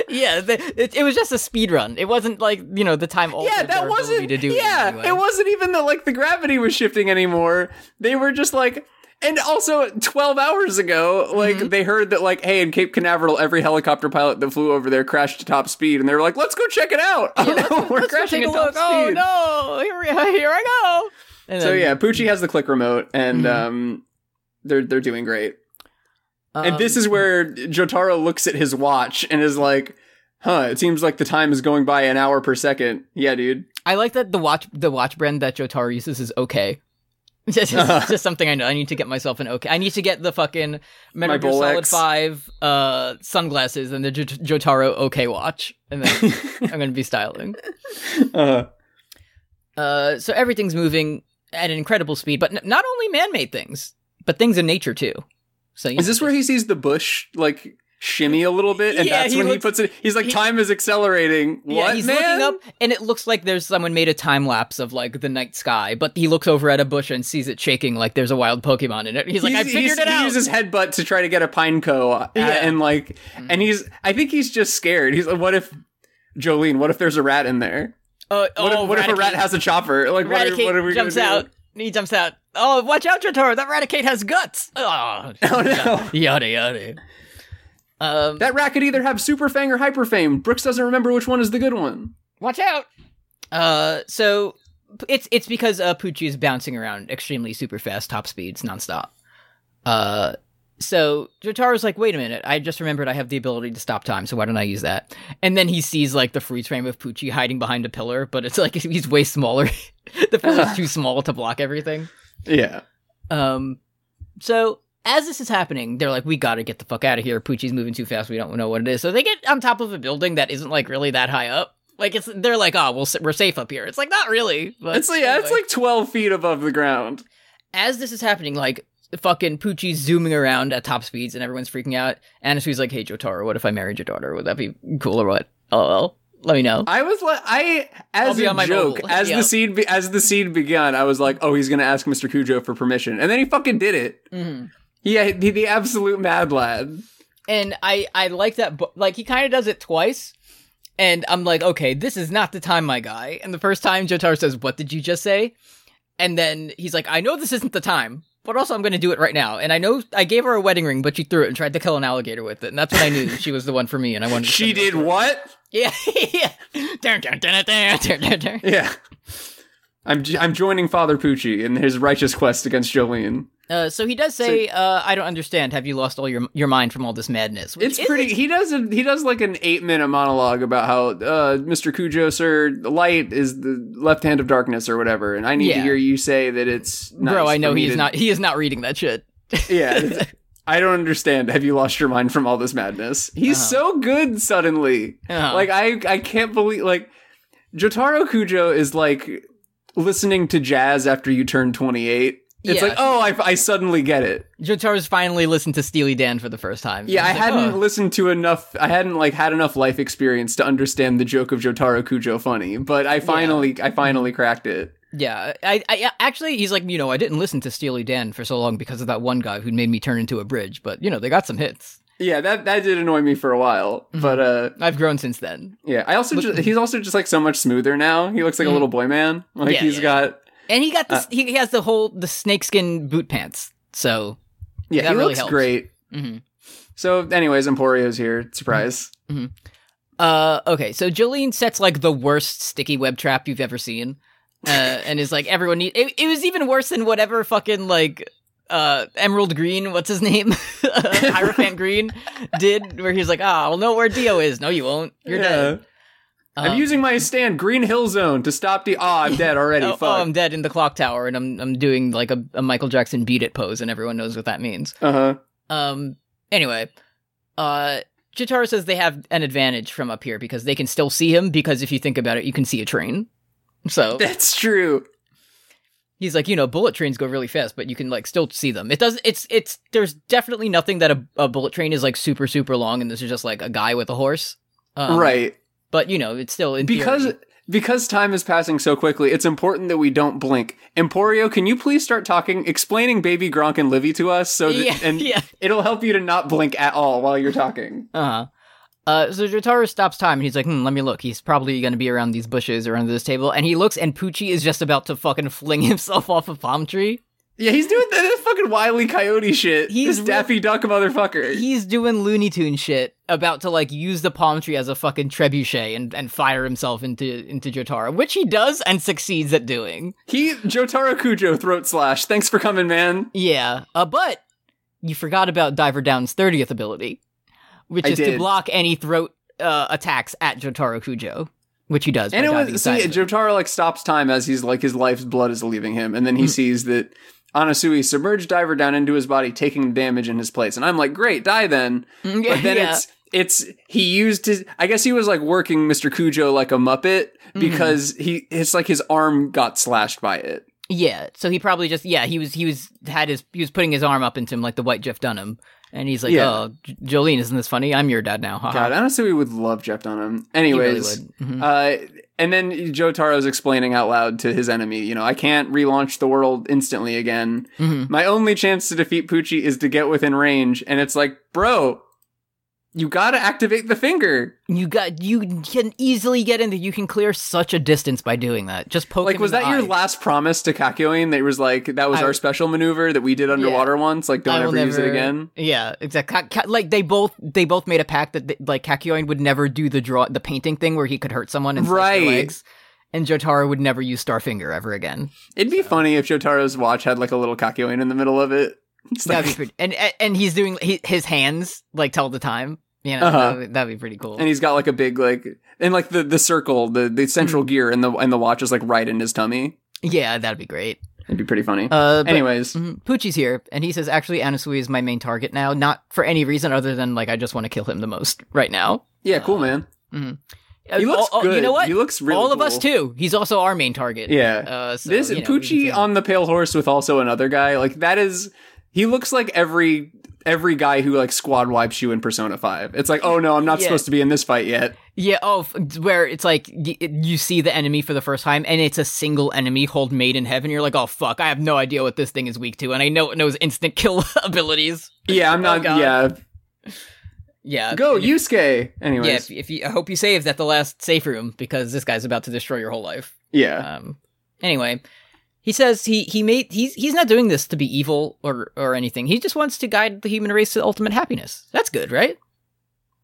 Speaker 2: yeah, the, it, it was just a speed run. It wasn't like you know the time.
Speaker 3: yeah,
Speaker 2: altered
Speaker 3: that
Speaker 2: their
Speaker 3: wasn't.
Speaker 2: ability to do in
Speaker 3: yeah,
Speaker 2: any way.
Speaker 3: it wasn't even that. Like the gravity was shifting anymore. They were just like. And also, twelve hours ago, like
Speaker 2: Mm-hmm.
Speaker 3: they heard that, like, hey, in Cape Canaveral, every helicopter pilot that flew over there crashed to top speed, and they were like, "Let's go check it out." Oh no, we're
Speaker 2: Let's go
Speaker 3: crashing
Speaker 2: take a
Speaker 3: at
Speaker 2: look.
Speaker 3: top speed.
Speaker 2: Oh no! Here, we- here I go. And
Speaker 3: So
Speaker 2: then,
Speaker 3: yeah, Poochie has the click remote, and
Speaker 2: Mhm.
Speaker 3: um, they're they're doing great. and
Speaker 2: um,
Speaker 3: this is where Jotaro looks at his watch and is like, "Huh, it seems like the time is going by an hour per second. Yeah, dude.
Speaker 2: I like that the watch the watch brand that Jotaro uses is okay. Just, it's just something I know. I need to get myself an okay. I need to get the fucking Metal
Speaker 3: My
Speaker 2: Gear Solid
Speaker 3: Bolex.
Speaker 2: Five uh, sunglasses and the J- Jotaro okay watch, and then I'm gonna be styling. Uh-huh.
Speaker 3: Uh,
Speaker 2: Uh, so everything's moving at an incredible speed, but n- not only man made things, but things in nature too. So you
Speaker 3: is
Speaker 2: know,
Speaker 3: this where he sees the bush like shimmy a little bit, and
Speaker 2: Yeah,
Speaker 3: that's
Speaker 2: he
Speaker 3: when he
Speaker 2: looks-
Speaker 3: puts it. He's like,
Speaker 2: he-
Speaker 3: time is accelerating. What
Speaker 2: yeah, he's
Speaker 3: man?
Speaker 2: looking up, and it looks like there's someone made a time lapse of like the night sky. But he looks over at a bush and sees it shaking like there's a wild Pokemon in it. He's like, I figured it
Speaker 3: He
Speaker 2: out.
Speaker 3: uses headbutt to try to get a pine co, uh,
Speaker 2: Yeah.
Speaker 3: and like, and he's. I think he's just scared. He's like, what if Jolene? What if there's a rat in there?
Speaker 2: Uh,
Speaker 3: What,
Speaker 2: oh,
Speaker 3: if, what if a
Speaker 2: Raticate-
Speaker 3: rat has a chopper? Like, what are,
Speaker 2: Raticate
Speaker 3: what are we gonna
Speaker 2: jumps
Speaker 3: do?
Speaker 2: out. He jumps out. Oh, watch out, Totoro! That Raticate has guts. Oh,
Speaker 3: Oh no.
Speaker 2: yada yada. Um,
Speaker 3: That rat could either have super fang or hyper fang. Brooks doesn't remember which one is the good one.
Speaker 2: watch out. Uh, so p- it's it's because uh, Poochie is bouncing around extremely super fast, top speeds, nonstop. Uh, so Jotaro's like, wait a minute, I just remembered I have the ability to stop time, so why don't I use that? And then he sees like the freeze frame of Poochie hiding behind a pillar, but it's like he's way smaller. the pillar's too small to block everything.
Speaker 3: Yeah.
Speaker 2: Um, so as this is happening, they're like, "We got to get the fuck out of here." Poochie's moving too fast. We don't know what it is. So they get on top of a building that isn't like really that high up. Like it's, they're like, "Oh, we'll, we're safe up here." It's like not really. But
Speaker 3: It's like, yeah, it's
Speaker 2: anyway.
Speaker 3: like 12 feet above the ground.
Speaker 2: as this is happening, like fucking Poochie's zooming around at top speeds, and everyone's freaking out. Anasui's like, "Hey, Jotaro, what if I married your daughter? Would that be cool or what?" LOL. Let me know.
Speaker 3: I was like, I as
Speaker 2: be
Speaker 3: a
Speaker 2: on my
Speaker 3: joke,
Speaker 2: mobile.
Speaker 3: as
Speaker 2: Yeah.
Speaker 3: the seed be- as the seed began, I was like, oh, he's gonna ask Mr. Cujo for permission, and then he fucking did it.
Speaker 2: Mhm.
Speaker 3: Yeah, the, the absolute mad lad.
Speaker 2: and I I like that. bu- Like he kind of does it twice, and I'm like, okay, this is not the time, my guy. And the first time, Jotaro says, "What did you just say?" And then he's like, I know this isn't the time, but also I'm going to do it right now. And I know I gave her a wedding ring, but she threw it and tried to kill an alligator with it, and that's when I knew she was the one for me. And I wanted. To
Speaker 3: She
Speaker 2: send her
Speaker 3: did
Speaker 2: to her.
Speaker 3: what?
Speaker 2: Yeah, yeah. Dun, dun, dun, dun, dun, dun, dun.
Speaker 3: Yeah. I'm j- I'm joining Father Pucci in his righteous quest against Jolene.
Speaker 2: Uh, so he does say, uh, "I don't understand. Have you lost all your your mind from all this madness?" Which
Speaker 3: It's
Speaker 2: isn't-
Speaker 3: pretty. He does a, he does like an eight minute monologue about how uh, Mr. Cujo, sir, the light is the left hand of darkness or whatever, and I need to
Speaker 2: Yeah.
Speaker 3: hear you say that it's. nice
Speaker 2: bro. I
Speaker 3: for
Speaker 2: know
Speaker 3: me
Speaker 2: he is
Speaker 3: to-
Speaker 2: not. He is not reading that shit.
Speaker 3: yeah. it's- I don't understand. Have you lost your mind from all this madness? He's
Speaker 2: Uh-huh.
Speaker 3: so good suddenly.
Speaker 2: Uh-huh.
Speaker 3: Like I I can't believe like Jotaro Kujo is like listening to jazz after you turn 28. It's
Speaker 2: Yeah.
Speaker 3: like, "Oh, I, I suddenly get it."
Speaker 2: Jotaro's finally listened to Steely Dan for the first time.
Speaker 3: Yeah, I
Speaker 2: He's like,
Speaker 3: hadn't
Speaker 2: "Oh."
Speaker 3: listened to enough I hadn't like had enough life experience to understand the joke of Jotaro Kujo funny, but I finally I finally cracked it.
Speaker 2: Yeah, I, I actually he's like, you know, I didn't listen to Steely Dan for so long because of that one guy who made me turn into a bridge. But you know, they got some hits.
Speaker 3: Yeah, that that did annoy me for a while, but uh
Speaker 2: I've grown since then,
Speaker 3: Yeah, I also just, he's also just like so much smoother now. He looks like a little boy man. Like
Speaker 2: Mm. Yeah,
Speaker 3: he's
Speaker 2: yeah.
Speaker 3: got
Speaker 2: and he got
Speaker 3: Uh,
Speaker 2: this. he has the whole the snakeskin boot pants. So
Speaker 3: yeah,
Speaker 2: That
Speaker 3: he
Speaker 2: really
Speaker 3: looks
Speaker 2: helps.
Speaker 3: great.
Speaker 2: mhm.
Speaker 3: So, anyways, Emporio's here. Surprise!
Speaker 2: Uh, okay, so Jolene sets like the worst sticky web trap you've ever seen, uh, and is like everyone need. It, it was even worse than whatever fucking like uh Emerald Green, what's his name, Hierophant Green did, where he's like, ah, I'll know where Dio is. No, you won't. Mm. You're
Speaker 3: Yeah.
Speaker 2: dead.
Speaker 3: I'm
Speaker 2: Um,
Speaker 3: using my stand Green Hill Zone to stop the. Ah, I'm dead already.
Speaker 2: Oh,
Speaker 3: Fuck.
Speaker 2: oh, I'm dead in the clock tower, and I'm I'm doing like a, a Michael Jackson beat it pose, and everyone knows what that means.
Speaker 3: uh huh.
Speaker 2: Um. Anyway, uh, Jotaro says they have an advantage from up here because they can still see him. Because if you think about it, you can see a train. So
Speaker 3: That's true.
Speaker 2: he's like, you know, bullet trains go really fast, but you can like still see them. It does. It's it's. There's definitely nothing that a, a bullet train is like super super long, and this is just like a guy with a horse. Um,
Speaker 3: right.
Speaker 2: But you know, it's still in
Speaker 3: Because
Speaker 2: theory.
Speaker 3: because time is passing so quickly, it's important that we don't blink. Emporio, can you please start talking, explaining Baby Gronk and Livy to us, so that
Speaker 2: Yeah,
Speaker 3: and
Speaker 2: yeah.
Speaker 3: it'll help you to not blink at all while you're talking.
Speaker 2: Uh-huh. Uh So Jotaro stops time and he's like, hmm, let me look. He's probably going to be around these bushes or under this table. And he looks and Poochie is just about to fucking fling himself off a palm tree.
Speaker 3: Yeah, he's doing that, that fucking wily coyote shit.
Speaker 2: He's
Speaker 3: He's this Daffy Duck motherfucker.
Speaker 2: He's doing Looney Tune shit about to like use the palm tree as a fucking trebuchet and, and fire himself into into Jotaro, which he does and succeeds at doing.
Speaker 3: he Jotaro Kujo throat slash. Thanks for coming, man.
Speaker 2: Yeah. Uh, but you forgot about Diver Down's 30th ability, which
Speaker 3: I
Speaker 2: is to
Speaker 3: did.
Speaker 2: block any throat uh, attacks at Jotaro Kujo, which he does. by
Speaker 3: And it
Speaker 2: diving
Speaker 3: was see,
Speaker 2: sideways.
Speaker 3: Jotaro like stops time as he's like his life's blood is leaving him, and then
Speaker 2: Mm.
Speaker 3: he sees that Anasui submerged diver down into his body, taking damage in his place. And I'm like, great, die then. But then
Speaker 2: Mm, Yeah.
Speaker 3: it's it's he used his I guess he was like
Speaker 2: Mm-hmm.
Speaker 3: working Mr. Cujo like a Muppet because he it's like his arm got slashed by it.
Speaker 2: Yeah, so he probably just yeah he was he was had his he was putting his arm up into him like the white Jeff Dunham, and he's like,
Speaker 3: Yeah.
Speaker 2: oh, J- Jolene, isn't this funny? I'm your dad now. Ha ha."
Speaker 3: God, honestly, we would love Jeff Dunham.
Speaker 2: Uh-huh. He really
Speaker 3: Anyways,
Speaker 2: would. Mhm.
Speaker 3: uh, and then Joe Taro's explaining out loud to his enemy, you know, I can't relaunch the world instantly again.
Speaker 2: Mhm.
Speaker 3: My only chance to defeat Poochie is to get within range. And it's like, bro, you gotta activate the finger.
Speaker 2: You got you can easily get in there. You can clear such a distance by doing that. Just poke.
Speaker 3: Like,
Speaker 2: him
Speaker 3: was
Speaker 2: in the
Speaker 3: that your
Speaker 2: eye.
Speaker 3: last promise to Kakyoin that was like, that was
Speaker 2: I-
Speaker 3: our special maneuver that we did underwater once? Like, don't
Speaker 2: I will
Speaker 3: ever use it
Speaker 2: never-
Speaker 3: again?
Speaker 2: Yeah, exactly. Ka- Ka- like they both they both made a pact that they, like Kakyoin would never do the draw the painting thing where he could hurt someone and slice their
Speaker 3: Right.
Speaker 2: legs, and Jotaro would never use Starfinger ever again.
Speaker 3: It'd be funny if Jotaro's watch had like a little Kakyoin in the middle of it. It's
Speaker 2: That'd be
Speaker 3: like-
Speaker 2: pretty. And and- and he's doing he, his hands like tell the time. You know,
Speaker 3: Uh-huh.
Speaker 2: that'd, be- that'd be pretty cool.
Speaker 3: and he's got like a big like and like the the circle the the central
Speaker 2: Hmm.
Speaker 3: gear and the and the watch is like right in his tummy
Speaker 2: yeah, that'd be great.
Speaker 3: it'd be pretty funny
Speaker 2: Uh, but,
Speaker 3: anyways
Speaker 2: mhm, Poochie's here, and he says, "Actually, Anasui is my main target now. Not for any reason other than like I just want to kill him the most right now."
Speaker 3: yeah cool man
Speaker 2: Uh,
Speaker 3: he looks
Speaker 2: oh, oh,
Speaker 3: good
Speaker 2: You know what?
Speaker 3: he looks really
Speaker 2: All of us
Speaker 3: cool.
Speaker 2: too. He's also our main target.
Speaker 3: yeah
Speaker 2: Uh, so,
Speaker 3: this
Speaker 2: you know, we can
Speaker 3: poochie
Speaker 2: say-
Speaker 3: on the pale horse with also another guy like that is he looks like every every guy who like squad wipes you in persona 5 it's like oh no i'm not
Speaker 2: Yeah.
Speaker 3: supposed to be in this fight yet
Speaker 2: Yeah, oh, f- where it's like y- it- you see the enemy for the first time, and it's a single enemy hold made in heaven. You're like, oh fuck, I have no idea what this thing is weak to, and I know it knows instant kill abilities.
Speaker 3: yeah i'm
Speaker 2: Oh,
Speaker 3: not
Speaker 2: God.
Speaker 3: yeah
Speaker 2: Yeah,
Speaker 3: go yusuke anyways
Speaker 2: Yeah, if, if you, I hope you saved at the last safe room because this guy's about to destroy your whole life.
Speaker 3: yeah
Speaker 2: Um, anyway, he says he he made he's he's not doing this to be evil or or anything. He just wants to guide the human race to ultimate happiness. That's good, right?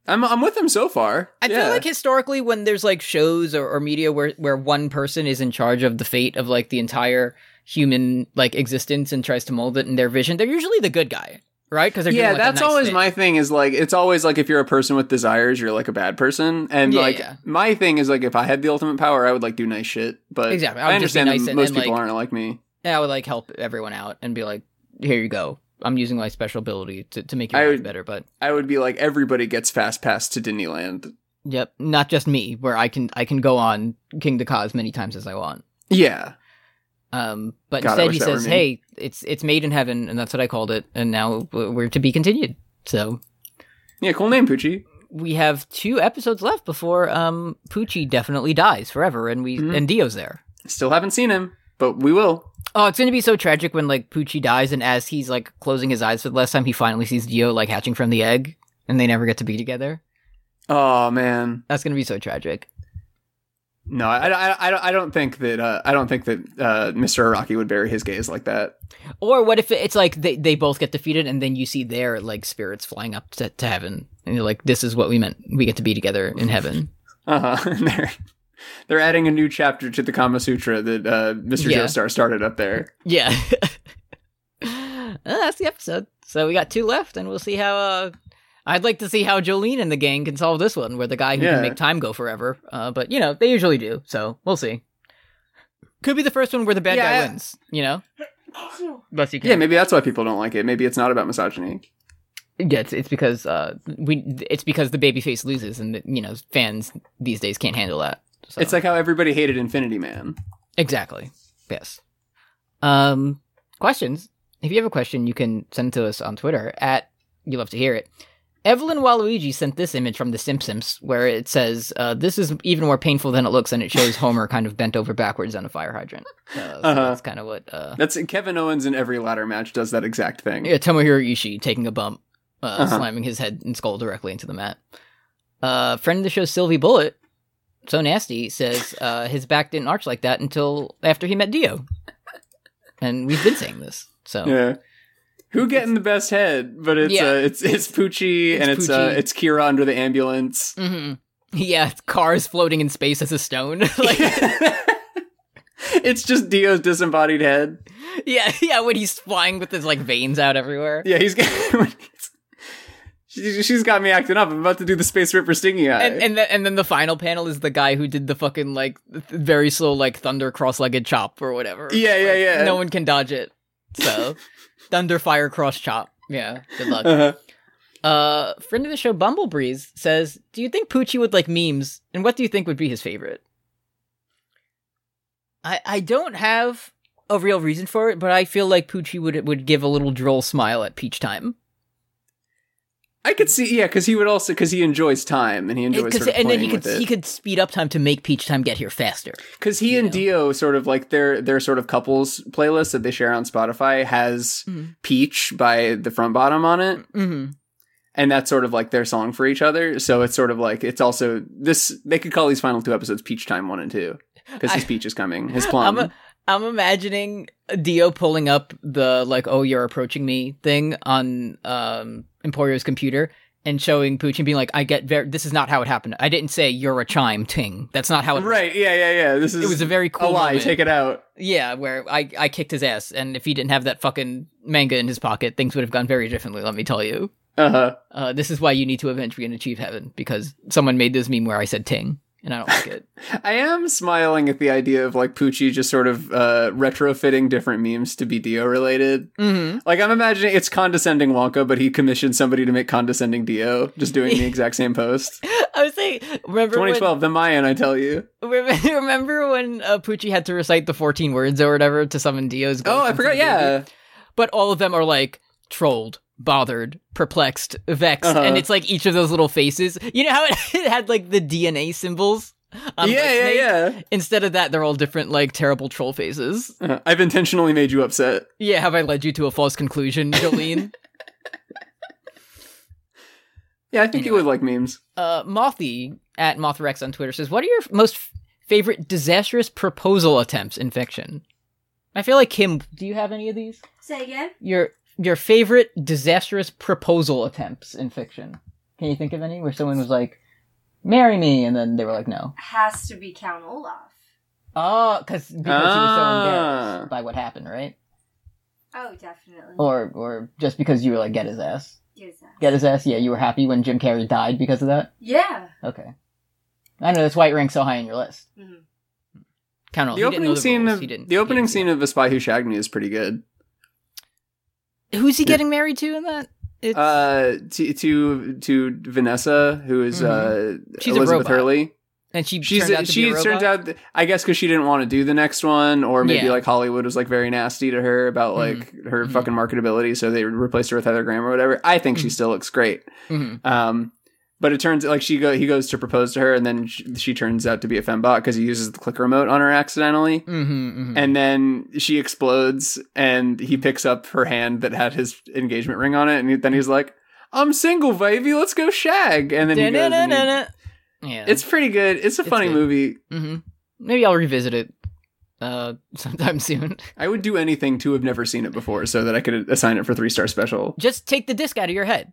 Speaker 3: i'm i'm with him so far
Speaker 2: I
Speaker 3: Yeah.
Speaker 2: feel like historically, when there's like shows or, or media where where one person is in charge of the fate of like the entire human like existence and tries to mold it in their vision, they're usually the good guy, right? Because
Speaker 3: yeah that's always my thing is like it's always like if you're a person with desires you're like a bad person and
Speaker 2: Yeah,
Speaker 3: like
Speaker 2: yeah.
Speaker 3: my thing is like if i had the ultimate power i would like do nice shit but
Speaker 2: Exactly, I
Speaker 3: i,
Speaker 2: would just be
Speaker 3: understand
Speaker 2: nice
Speaker 3: that
Speaker 2: and-
Speaker 3: most
Speaker 2: and,
Speaker 3: people
Speaker 2: like-
Speaker 3: aren't like me
Speaker 2: And I would like help everyone out and be like, here you go. I'm using my special ability to, to make
Speaker 3: I
Speaker 2: your life
Speaker 3: would-
Speaker 2: better, but
Speaker 3: i would be like everybody gets fast pass to Disneyland.
Speaker 2: yep, not just me. Where I can I can go on King to Cause many times as I want.
Speaker 3: yeah
Speaker 2: Um, but
Speaker 3: God, I
Speaker 2: instead
Speaker 3: wish
Speaker 2: he
Speaker 3: that were
Speaker 2: says,
Speaker 3: me.
Speaker 2: "Hey, it's it's made in heaven, and that's what I called it, and now w- we're to be continued." So
Speaker 3: yeah cool name poochie
Speaker 2: we have two episodes left before um Poochie definitely dies forever and we
Speaker 3: Mhm.
Speaker 2: and Dio's there.
Speaker 3: still haven't seen him but we will
Speaker 2: Oh, it's gonna be so tragic when like Poochie dies and as he's like closing his eyes for the last time he finally sees Dio like hatching from the egg and they never get to be together.
Speaker 3: oh man
Speaker 2: That's gonna be so tragic.
Speaker 3: no i i, I, I don't think that uh, i don't think that uh, mr araki would bury his gaze like that
Speaker 2: Or what if it's like they, they both get defeated and then you see their like spirits flying up to, to heaven and you're like, This is what we meant. We get to be together in heaven.
Speaker 3: uh-huh And they're they're adding a new chapter to the kama sutra that uh, mr
Speaker 2: Yeah.
Speaker 3: joestar started up there
Speaker 2: yeah. Uh, that's the episode. So we got two left and we'll see how uh I'd like to see how Jolene and the gang can solve this one, where the guy who
Speaker 3: Yeah.
Speaker 2: can make time go forever. Uh, but you know, they usually do, so we'll see. Could be the first one where the bad
Speaker 3: Yeah.
Speaker 2: guy wins, you know? Bless you
Speaker 3: Yeah, maybe that's why people don't like it. Maybe it's not about misogyny.
Speaker 2: Yeah, it's, it's because uh we it's because the babyface loses and you know, fans these days can't handle that. So.
Speaker 3: It's like how everybody hated Infinity Man.
Speaker 2: Exactly. Yes. Um, questions. If you have a question, you can send to us on Twitter at you love to hear it. Evelyn Waluigi sent this image from The Simpsons where it says, uh, "This is even more painful than it looks," and it shows Homer kind of bent over backwards on a fire hydrant. Uh, so
Speaker 3: Uh-huh.
Speaker 2: That's kind of what. Uh,
Speaker 3: That's Kevin Owens in every ladder match does that exact thing.
Speaker 2: yeah, Tomohiro Ishii taking a bump, uh,
Speaker 3: Uh-huh.
Speaker 2: slamming his head and skull directly into the mat. Uh, friend of the show, Sylvie Bullet, so nasty, says uh, his back didn't arch like that until after he met Dio. And we've been saying this. So
Speaker 3: Yeah. Who getting the best head? But it's
Speaker 2: Yeah.
Speaker 3: uh, it's it's Poochie
Speaker 2: It's
Speaker 3: and it's uh,
Speaker 2: Poochie.
Speaker 3: it's Kira under the ambulance.
Speaker 2: Mhm. yeah, it's cars floating in space as a stone. like,
Speaker 3: it's just Dio's disembodied head.
Speaker 2: yeah, yeah, when he's flying with his like veins out everywhere.
Speaker 3: Yeah, he's got. She- She's got me acting up. I'm about to do the Space Ripper Stingy Eye.
Speaker 2: And and, the, and then the final panel is the guy who did the fucking like th- very slow like thunder cross-legged chop or whatever.
Speaker 3: Yeah, yeah,
Speaker 2: Like,
Speaker 3: yeah.
Speaker 2: No one can dodge it. So thunder fire cross chop. Yeah, good luck.
Speaker 3: uh-huh.
Speaker 2: Uh, friend of the show Bumblebreeze says, "Do you think Poochie would like memes, and what do you think would be his favorite?" I I don't have a real reason for it, but I feel like Poochie would would give a little droll smile at Peach time.
Speaker 3: I could see, yeah, because he would also because he enjoys time and he enjoys
Speaker 2: Because
Speaker 3: sort of
Speaker 2: and then
Speaker 3: playing
Speaker 2: he could
Speaker 3: with
Speaker 2: he
Speaker 3: it.
Speaker 2: could speed up time to make Peach time get here faster.
Speaker 3: Because he, and Dio sort of like their their sort of couples playlist that they share on Spotify has
Speaker 2: Mhm.
Speaker 3: Peach by the front bottom on it,
Speaker 2: Mm-hmm.
Speaker 3: and that's sort of like their song for each other. So it's sort of like it's also this. They could call these final two episodes Peach Time One and Two because his
Speaker 2: I-
Speaker 3: peach is coming, his
Speaker 2: I'm
Speaker 3: plum.
Speaker 2: a, I'm imagining Dio pulling up the like oh you're approaching me thing on um Emporio's computer and showing Poochie and being like I get very this is not how it happened. I didn't say you're a chime ting. That's not how it
Speaker 3: right? Yeah, yeah, yeah. This is
Speaker 2: It was a very cool
Speaker 3: a lie.
Speaker 2: moment.
Speaker 3: Take it out.
Speaker 2: Yeah, where I, I kicked his ass, and if he didn't have that fucking manga in his pocket, things would have gone very differently, let me tell you.
Speaker 3: Uh huh.
Speaker 2: Uh, this is why you need to eventually achieve heaven, because someone made this meme where I said ting, and I don't like it.
Speaker 3: I am smiling at the idea of like Poochie just sort of uh, retrofitting different memes to be Dio related.
Speaker 2: mm-hmm.
Speaker 3: Like I'm imagining it's condescending Wonka, but he commissioned somebody to make condescending Dio, just doing the exact same post.
Speaker 2: I was saying, remember
Speaker 3: 2012, the Mayan, I tell you.
Speaker 2: when, remember when uh, Poochie had to recite the 14 words or whatever to summon Dio's
Speaker 3: Oh,
Speaker 2: ghost
Speaker 3: I
Speaker 2: into
Speaker 3: forgot.
Speaker 2: the baby?
Speaker 3: Yeah,
Speaker 2: But all of them are like trolled, bothered, perplexed, vexed,
Speaker 3: Uh-huh.
Speaker 2: and it's like each of those little faces. You know how it, it had like the DNA symbols?
Speaker 3: yeah,
Speaker 2: on
Speaker 3: yeah,
Speaker 2: Snake?
Speaker 3: yeah.
Speaker 2: Instead of that, they're all different, like terrible troll faces.
Speaker 3: Uh, I've intentionally made you upset.
Speaker 2: Yeah, have I led you to a false conclusion, Jolene?
Speaker 3: Yeah, I think you would like memes.
Speaker 2: uh, Mothy at Mothrex on Twitter says, "What are your most f- favorite disastrous proposal attempts in fiction?" I feel like Kim. Do you have any of these?
Speaker 4: Say again.
Speaker 2: Your your favorite disastrous proposal attempts in fiction? Can you think of any where someone was like, "Marry me," and then they were like, "No,"
Speaker 4: Has to be Count Olaf.
Speaker 2: oh, cause, because he was so
Speaker 3: Ah.
Speaker 2: embarrassed by what happened, right?
Speaker 4: Oh, definitely.
Speaker 2: Or or just because you were like, "Get his ass."
Speaker 4: Yes, sir.
Speaker 2: Get his ass. Yeah, you were happy when Jim Carrey died because of that.
Speaker 4: Yeah.
Speaker 2: Okay, I know that's why it ranks so high on your list.
Speaker 4: Mhm.
Speaker 2: Count on
Speaker 3: The opening scene of the opening scene of A Spy Who Shagged Me is pretty good.
Speaker 2: who's he getting married to in that? It's,
Speaker 3: Uh, to to to Vanessa, who is, uh,
Speaker 2: Mm-hmm. She's a
Speaker 3: Elizabeth
Speaker 2: robot.
Speaker 3: Hurley.
Speaker 2: and she
Speaker 3: She's
Speaker 2: turned out to
Speaker 3: she
Speaker 2: be a
Speaker 3: turned
Speaker 2: robot?
Speaker 3: out th- I guess because she didn't want to do the next one, or maybe
Speaker 2: Yeah.
Speaker 3: like Hollywood was like very nasty to her about like her
Speaker 2: Mhm.
Speaker 3: fucking marketability, so they replaced her with Heather Graham or whatever. I think she
Speaker 2: Mhm.
Speaker 3: still looks great.
Speaker 2: Mhm.
Speaker 3: Um, but it turns like she go he goes to propose to her, and then she, she turns out to be a fembot because he uses the click remote on her accidentally.
Speaker 2: Mhm, mhm.
Speaker 3: And then she explodes, and he picks up her hand that had his engagement ring on it, and he- then he's like, "I'm single, baby. Let's go shag." And then he goes. and he-
Speaker 2: Da-na-na-na-na. Yeah,
Speaker 3: it's pretty good. It's a
Speaker 2: It's
Speaker 3: funny
Speaker 2: good.
Speaker 3: movie.
Speaker 2: Mhm. maybe I'll revisit it uh, sometime soon.
Speaker 3: I would do anything to have never seen it before so that I could assign it for three star special.
Speaker 2: Just take the disc out of your head,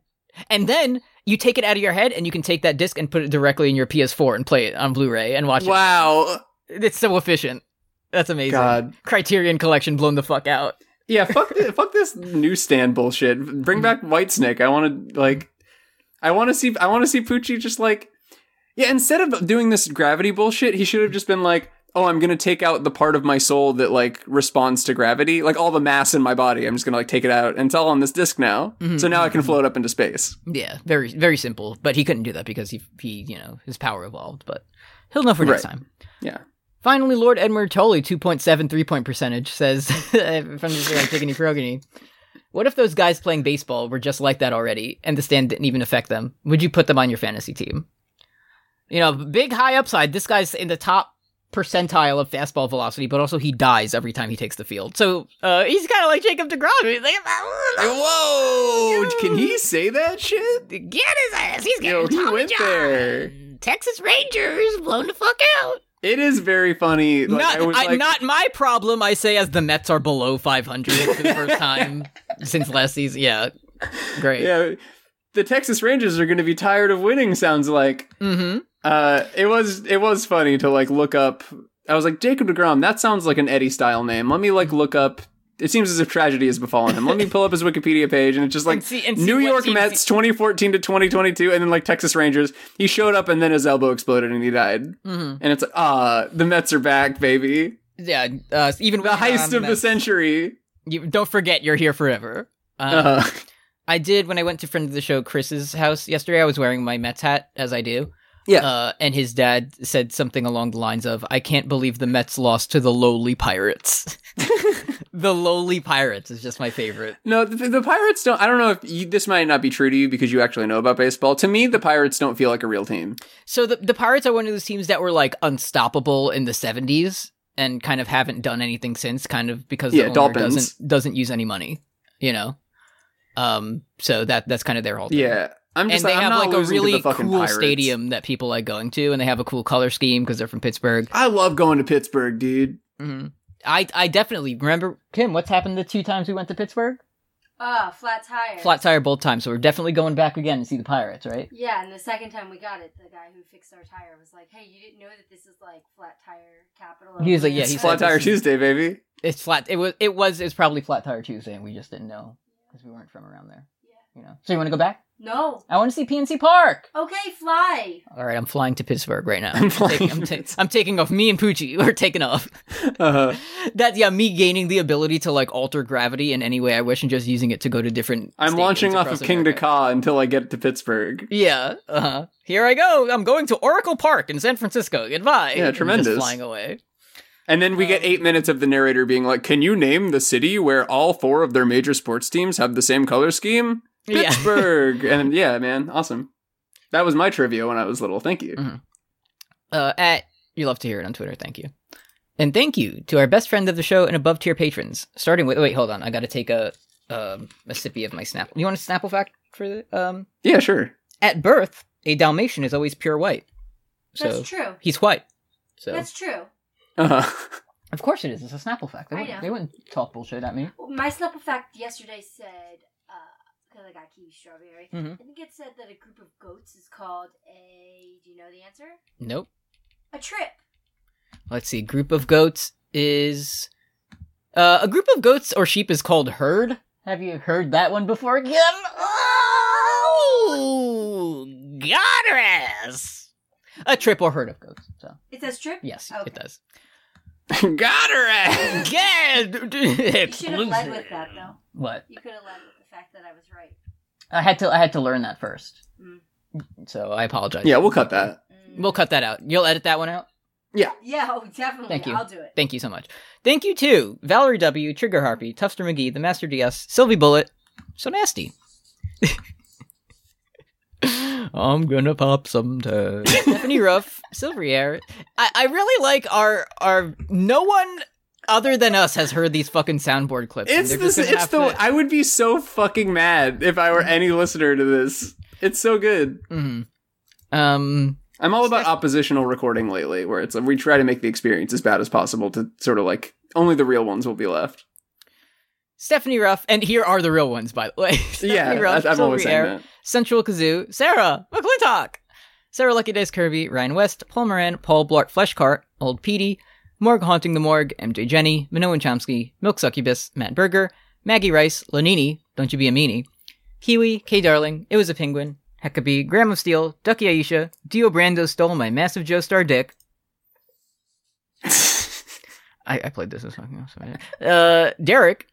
Speaker 2: and then you take it out of your head, and you can take that disc and put it directly in your PS4 and play it on Blu-ray and watch
Speaker 3: Wow.
Speaker 2: it. It's so efficient. That's amazing.
Speaker 3: God.
Speaker 2: Criterion Collection blown the fuck out.
Speaker 3: Yeah, fuck this, fuck this newsstand bullshit. Bring back Whitesnake. I want to like I want to see I want to see Poochie just like Yeah, instead of doing this gravity bullshit, he should have just been like, "Oh, I'm going to take out the part of my soul that like responds to gravity, like all the mass in my body. I'm just going to like take it out and it's all on this disc now.
Speaker 2: Mhm,
Speaker 3: So now I can
Speaker 2: mhm.
Speaker 3: float up into space."
Speaker 2: Yeah, very very simple. But he couldn't do that because he he you know his power evolved. But he'll know for next
Speaker 3: Right.
Speaker 2: time.
Speaker 3: Yeah.
Speaker 2: Finally, Lord Edmund Tully, two point seven three point percentage says from the zero Tiggany Frogany. What if those guys playing baseball were just like that already, and the stand didn't even affect them? Would you put them on your fantasy team? You know, big high upside. This guy's in the top percentile of fastball velocity, but also he dies every time he takes the field. So uh, he's kind of like Jacob DeGrom. He's like,
Speaker 3: Whoa! Can he say that shit?
Speaker 2: Get his ass. He's
Speaker 3: Yo,
Speaker 2: getting
Speaker 3: he
Speaker 2: Tommy
Speaker 3: went
Speaker 2: John.
Speaker 3: there.
Speaker 2: Texas Rangers blown the fuck out.
Speaker 3: It is very funny. Like,
Speaker 2: not,
Speaker 3: I was
Speaker 2: I-
Speaker 3: like,
Speaker 2: not my problem. I say as the Mets are below 500 for the first time since last season. Yeah, great.
Speaker 3: yeah, the Texas Rangers are going to be tired of winning. Sounds like
Speaker 2: Mm-hmm.
Speaker 3: uh, it was. It was funny to like look up. I was like Jacob Degrom. That sounds like an Eddie style name. Let me like look up. It seems as if tragedy has befallen him. Let me pull up his Wikipedia page, and it's just like
Speaker 2: And see- and see
Speaker 3: New
Speaker 2: what
Speaker 3: York
Speaker 2: teams
Speaker 3: Mets, 2014 to 2022, and then like Texas Rangers. He showed up, and then his elbow exploded, and he died.
Speaker 2: Mm-hmm.
Speaker 3: And it's like, ah, the Mets are back, baby.
Speaker 2: Yeah. Uh, even
Speaker 3: The heist of the
Speaker 2: this.
Speaker 3: century.
Speaker 2: You, don't forget, you're here forever. Um,
Speaker 3: Uh,
Speaker 2: I did when I went to friend of the show Chris's house yesterday. I was wearing my Mets hat as I do,
Speaker 3: Yeah.
Speaker 2: Uh, and his dad said something along the lines of, I can't believe the Mets lost to the lowly pirates. the lowly pirates is just my favorite.
Speaker 3: No, the, the Pirates don't. I don't know if you, this might not be true to you because you actually know about baseball. To me, the Pirates don't feel like a real team.
Speaker 2: So the the Pirates are one of those teams that were like unstoppable in the seventies and kind of haven't done anything since, kind of because the
Speaker 3: Yeah,
Speaker 2: owner
Speaker 3: Dolphins.
Speaker 2: doesn't doesn't use any money, you know. Um, so that that's kind of their whole thing.
Speaker 3: Yeah, I'm
Speaker 2: and
Speaker 3: just
Speaker 2: they
Speaker 3: like,
Speaker 2: have
Speaker 3: I'm not
Speaker 2: like a
Speaker 3: losing to
Speaker 2: really
Speaker 3: the fucking
Speaker 2: cool
Speaker 3: Pirates.
Speaker 2: stadium that people like going to, and they have a cool color scheme because they're from Pittsburgh.
Speaker 3: I love going to Pittsburgh, dude.
Speaker 2: Mhm. I I definitely remember Kim. What's happened the two times we went to Pittsburgh?
Speaker 4: Ah, flat tire.
Speaker 2: Flat tire both times, so we're definitely going back again to see the Pirates, right?
Speaker 4: Yeah, and the second time we got it, the guy who fixed our tire was like, "Hey, you didn't know that this is like flat tire capital." of
Speaker 2: He was like, yeah,
Speaker 4: Atlanta."
Speaker 2: he
Speaker 3: It's
Speaker 2: said
Speaker 3: Flat Tire
Speaker 2: this is-
Speaker 3: Tuesday, baby.
Speaker 2: It's flat. It was it was it's probably Flat Tire Tuesday, and we just didn't know because we weren't from around there.
Speaker 4: Yeah.
Speaker 2: you know. So you want to go back?
Speaker 4: No.
Speaker 2: I want to see PNC Park.
Speaker 4: Okay, fly.
Speaker 2: All right, I'm flying to Pittsburgh right now.
Speaker 3: I'm
Speaker 2: taking,
Speaker 3: flying.
Speaker 2: I'm, ta- I'm taking off. Me and Poochie are taking off.
Speaker 3: Uh,
Speaker 2: That's yeah, me gaining the ability to like alter gravity in any way I wish and just using it to go to different.
Speaker 3: I'm
Speaker 2: stadiums
Speaker 3: launching off
Speaker 2: across
Speaker 3: of King
Speaker 2: America.
Speaker 3: Dakar until I get to Pittsburgh.
Speaker 2: Yeah. Uh-huh. Here I go. I'm going to Oracle Park in San Francisco. Goodbye.
Speaker 3: Yeah,
Speaker 2: And just
Speaker 3: tremendous.
Speaker 2: flying away.
Speaker 3: And then we get
Speaker 2: Um,
Speaker 3: eight minutes of the narrator being like, Can you name the city where all four of their major sports teams have the same color scheme?
Speaker 2: Yeah.
Speaker 3: Pittsburgh. and yeah, man, awesome. That was my trivia when I was little. Thank you.
Speaker 2: Mm. uh, at you love to hear it on Twitter. Thank you, and thank you to our best friend of the show and above tier patrons. Starting with wait, hold on, I got to take a um, a sippy of my Snapple. You want a Snapple fact for the um?
Speaker 3: Yeah, sure.
Speaker 2: At birth, a Dalmatian is always pure white, so
Speaker 4: That's true.
Speaker 2: he's white. So
Speaker 4: That's true.
Speaker 3: Uh,
Speaker 2: of course it is. It's a Snapple fact. They
Speaker 4: I
Speaker 2: wouldn't,
Speaker 4: know.
Speaker 2: they wouldn't talk bullshit at me.
Speaker 4: My Snapple fact yesterday said, because I got kiwi strawberry,
Speaker 2: Mhm.
Speaker 4: I think it said that a group of goats is called a. Do you know the answer?
Speaker 2: Nope.
Speaker 4: A trip.
Speaker 2: Let's see. Group of goats is uh, a group of goats or sheep is called herd. Have you heard that one before, Kim? Oh, goddess! A trip or herd of goats. So
Speaker 4: It says trip?
Speaker 2: yes,
Speaker 4: Okay.
Speaker 2: it does.
Speaker 3: got her ass.
Speaker 2: Yeah,
Speaker 4: You should have led with that, though.
Speaker 2: What?
Speaker 4: You could have led with the fact that I was right.
Speaker 2: I had to. I had to learn that first.
Speaker 4: Mm.
Speaker 2: So I apologize.
Speaker 3: Yeah, we'll cut that.
Speaker 4: Mm.
Speaker 2: We'll cut that out. You'll edit that one out.
Speaker 4: Yeah, oh, definitely.
Speaker 2: Thank you.
Speaker 4: I'll do it.
Speaker 2: Thank you so much. Thank you to Valerie W, Trigger Harpy, Tufster McGee, the Master DS, Sylvie Bullet. So nasty. I'm gonna pop sometime. Stephanie Ruff, Silvery Air. I, I really like our our no one other than us has heard these fucking soundboard clips. and
Speaker 3: It's
Speaker 2: they're
Speaker 3: this.
Speaker 2: just gonna
Speaker 3: It's
Speaker 2: have
Speaker 3: the.
Speaker 2: to-
Speaker 3: I would be so fucking mad if I were any listener to this. It's so good.
Speaker 2: Mhm. Um
Speaker 3: I'm all about oppositional recording lately, where it's like we try to make the experience as bad as possible to sort of like only the real ones will be left.
Speaker 2: Stephanie Ruff, and here are the real ones, by the way. Stephanie
Speaker 3: yeah,
Speaker 2: Ruff,
Speaker 3: I, I'm always
Speaker 2: Silvery
Speaker 3: saying
Speaker 2: Air,
Speaker 3: that.
Speaker 2: Central Kazoo, Sarah McClintock, Sarah Lucky Days Kirby, Ryan West, Paul Moran, Paul Blart Fleshcart, Old Petey, Morgue Haunting the Morgue, MJ Jenny, Minoan Chomsky, Milk Succubus, Matt Berger, Maggie Rice, Lonini, Don't You Be a Meanie, Kiwi, K Darling, It Was a Penguin, Heckabee, Graham of Steel, Ducky Aisha, Dio Brando Stole My Massive Joe Star Dick. I, I played this as fucking awesome. Uh, Derek,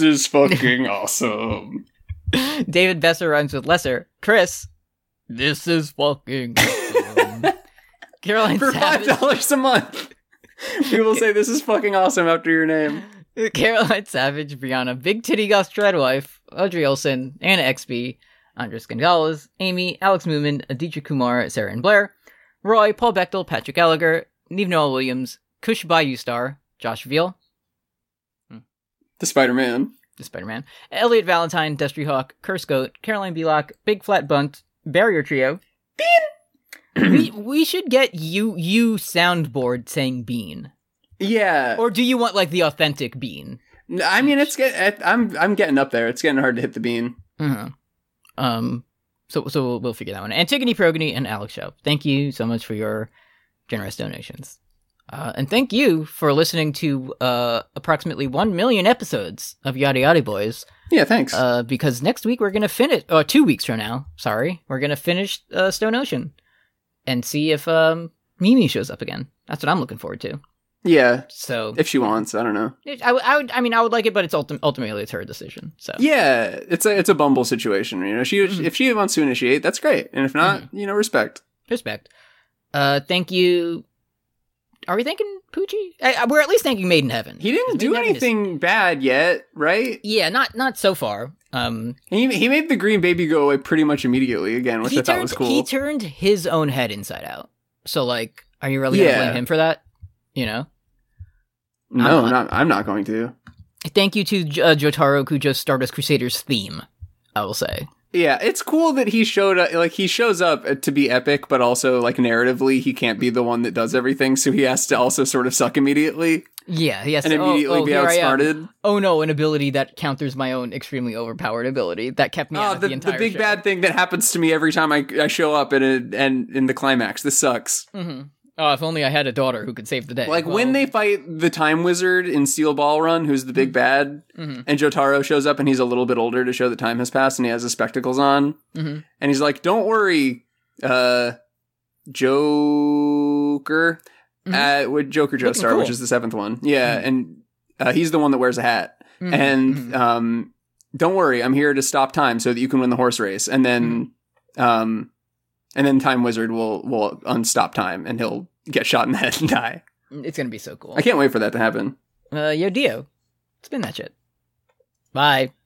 Speaker 3: is fucking awesome.
Speaker 2: David Besser rhymes with lesser. Chris, this is fucking. awesome. Caroline
Speaker 3: For five
Speaker 2: Savage.
Speaker 3: dollars a month, we will say this is fucking awesome after your name.
Speaker 2: Caroline Savage, Brianna, Big Titty Goss Treadwife, Audrey Olson, Anna XB, Andres Gonzalez, Amy, Alex Moomin, Aditya Kumar, Sarah and Blair, Roy, Paul Bechtel, Patrick Gallagher, Neve Noel Williams, Kush Bayou Star, Josh Veal,
Speaker 3: The Spider Man.
Speaker 2: the Spider Man, Elliot Valentine, Destry Hawk, Curse Goat, Caroline Belock, Big Flat Bunt, Barrier Trio. Bean. we we should get you you soundboard saying bean,
Speaker 3: Yeah,
Speaker 2: or do you want like the authentic bean?
Speaker 3: N- I mean it's get. I- I'm I'm getting up there. It's getting hard to hit the bean.
Speaker 2: Uh-huh. Um. So so we'll, we'll figure that one. Antigone Progony and Alex Show. Thank you so much for your generous donations. Uh, and thank you for listening to uh, approximately 1 million episodes of Yada Yada Boys.
Speaker 3: Yeah, thanks.
Speaker 2: Uh, because next week we're gonna finish. Oh, two weeks from now. Sorry, we're gonna finish uh, Stone Ocean, and see if um, Mimi shows up again. That's what I'm looking forward to.
Speaker 3: yeah,
Speaker 2: So
Speaker 3: if she wants, I don't know.
Speaker 2: it- I, would- I would. I mean, I would like it, but it's ultim- ultimately it's her decision. So
Speaker 3: Yeah, it's a it's a bumble situation. You know, she
Speaker 2: Mhm. Mm-hmm.
Speaker 3: if she wants to initiate, that's great, and if not, you know, respect.
Speaker 2: Respect. Uh, thank you. Are we thanking Poochie? I, I- we're at least thanking Made in Heaven.
Speaker 3: He
Speaker 2: Because
Speaker 3: didn't do
Speaker 2: Made in Heaven is-
Speaker 3: anything bad yet, right?
Speaker 2: yeah, not not so far. Um,
Speaker 3: He, he made the green baby go away pretty much immediately again, which
Speaker 2: he
Speaker 3: I thought
Speaker 2: turned
Speaker 3: was cool.
Speaker 2: he turned his own head inside out. So like, are you really
Speaker 3: Yeah.
Speaker 2: gonna blame him for that? You know.
Speaker 3: no,
Speaker 2: I'm
Speaker 3: I'm not. I'm not going to.
Speaker 2: Thank you to uh, Jotaro who just started Crusaders theme. I will say.
Speaker 3: Yeah, it's cool that he showed up. Like he shows up uh, to be epic, but also like narratively, he can't be the one that does everything, so he has to also sort of suck immediately
Speaker 2: Yeah. Yes.
Speaker 3: and
Speaker 2: oh,
Speaker 3: immediately
Speaker 2: oh,
Speaker 3: be
Speaker 2: here I am.
Speaker 3: outsmarted.
Speaker 2: Oh no, an ability that counters my own extremely overpowered ability that kept me out
Speaker 3: oh,
Speaker 2: of
Speaker 3: the,
Speaker 2: the,
Speaker 3: the,
Speaker 2: entire
Speaker 3: big
Speaker 2: show.
Speaker 3: bad thing that happens to me every time I, I show up and it- and in the climax. This sucks.
Speaker 2: hmm Oh, if only I had a daughter who could save the day.
Speaker 3: Like when they fight the time wizard in Steel Ball Run, who's the
Speaker 2: Mm-hmm.
Speaker 3: big bad,
Speaker 2: Mhm.
Speaker 3: and Jotaro shows up and he's a little bit older to show that time has passed and he has his spectacles on.
Speaker 2: Mhm.
Speaker 3: And he's like, Don't worry, uh Joker.
Speaker 2: Mhm.
Speaker 3: Uh, with Joker
Speaker 2: Looking
Speaker 3: Joestar, which
Speaker 2: cool. Mm-hmm.
Speaker 3: is the seventh one. Yeah, and uh, he's the one that wears a hat.
Speaker 2: they
Speaker 3: And
Speaker 2: Mm-hmm.
Speaker 3: um don't worry, I'm here to stop time so that you can win the horse race. And then um and then Time Wizard will will unstop time and he'll get shot in the head and die.
Speaker 2: Mm-hmm. it's gonna be so cool.
Speaker 3: I can't wait for that to happen.
Speaker 2: Uh, yo, Dio, spin that shit. Bye.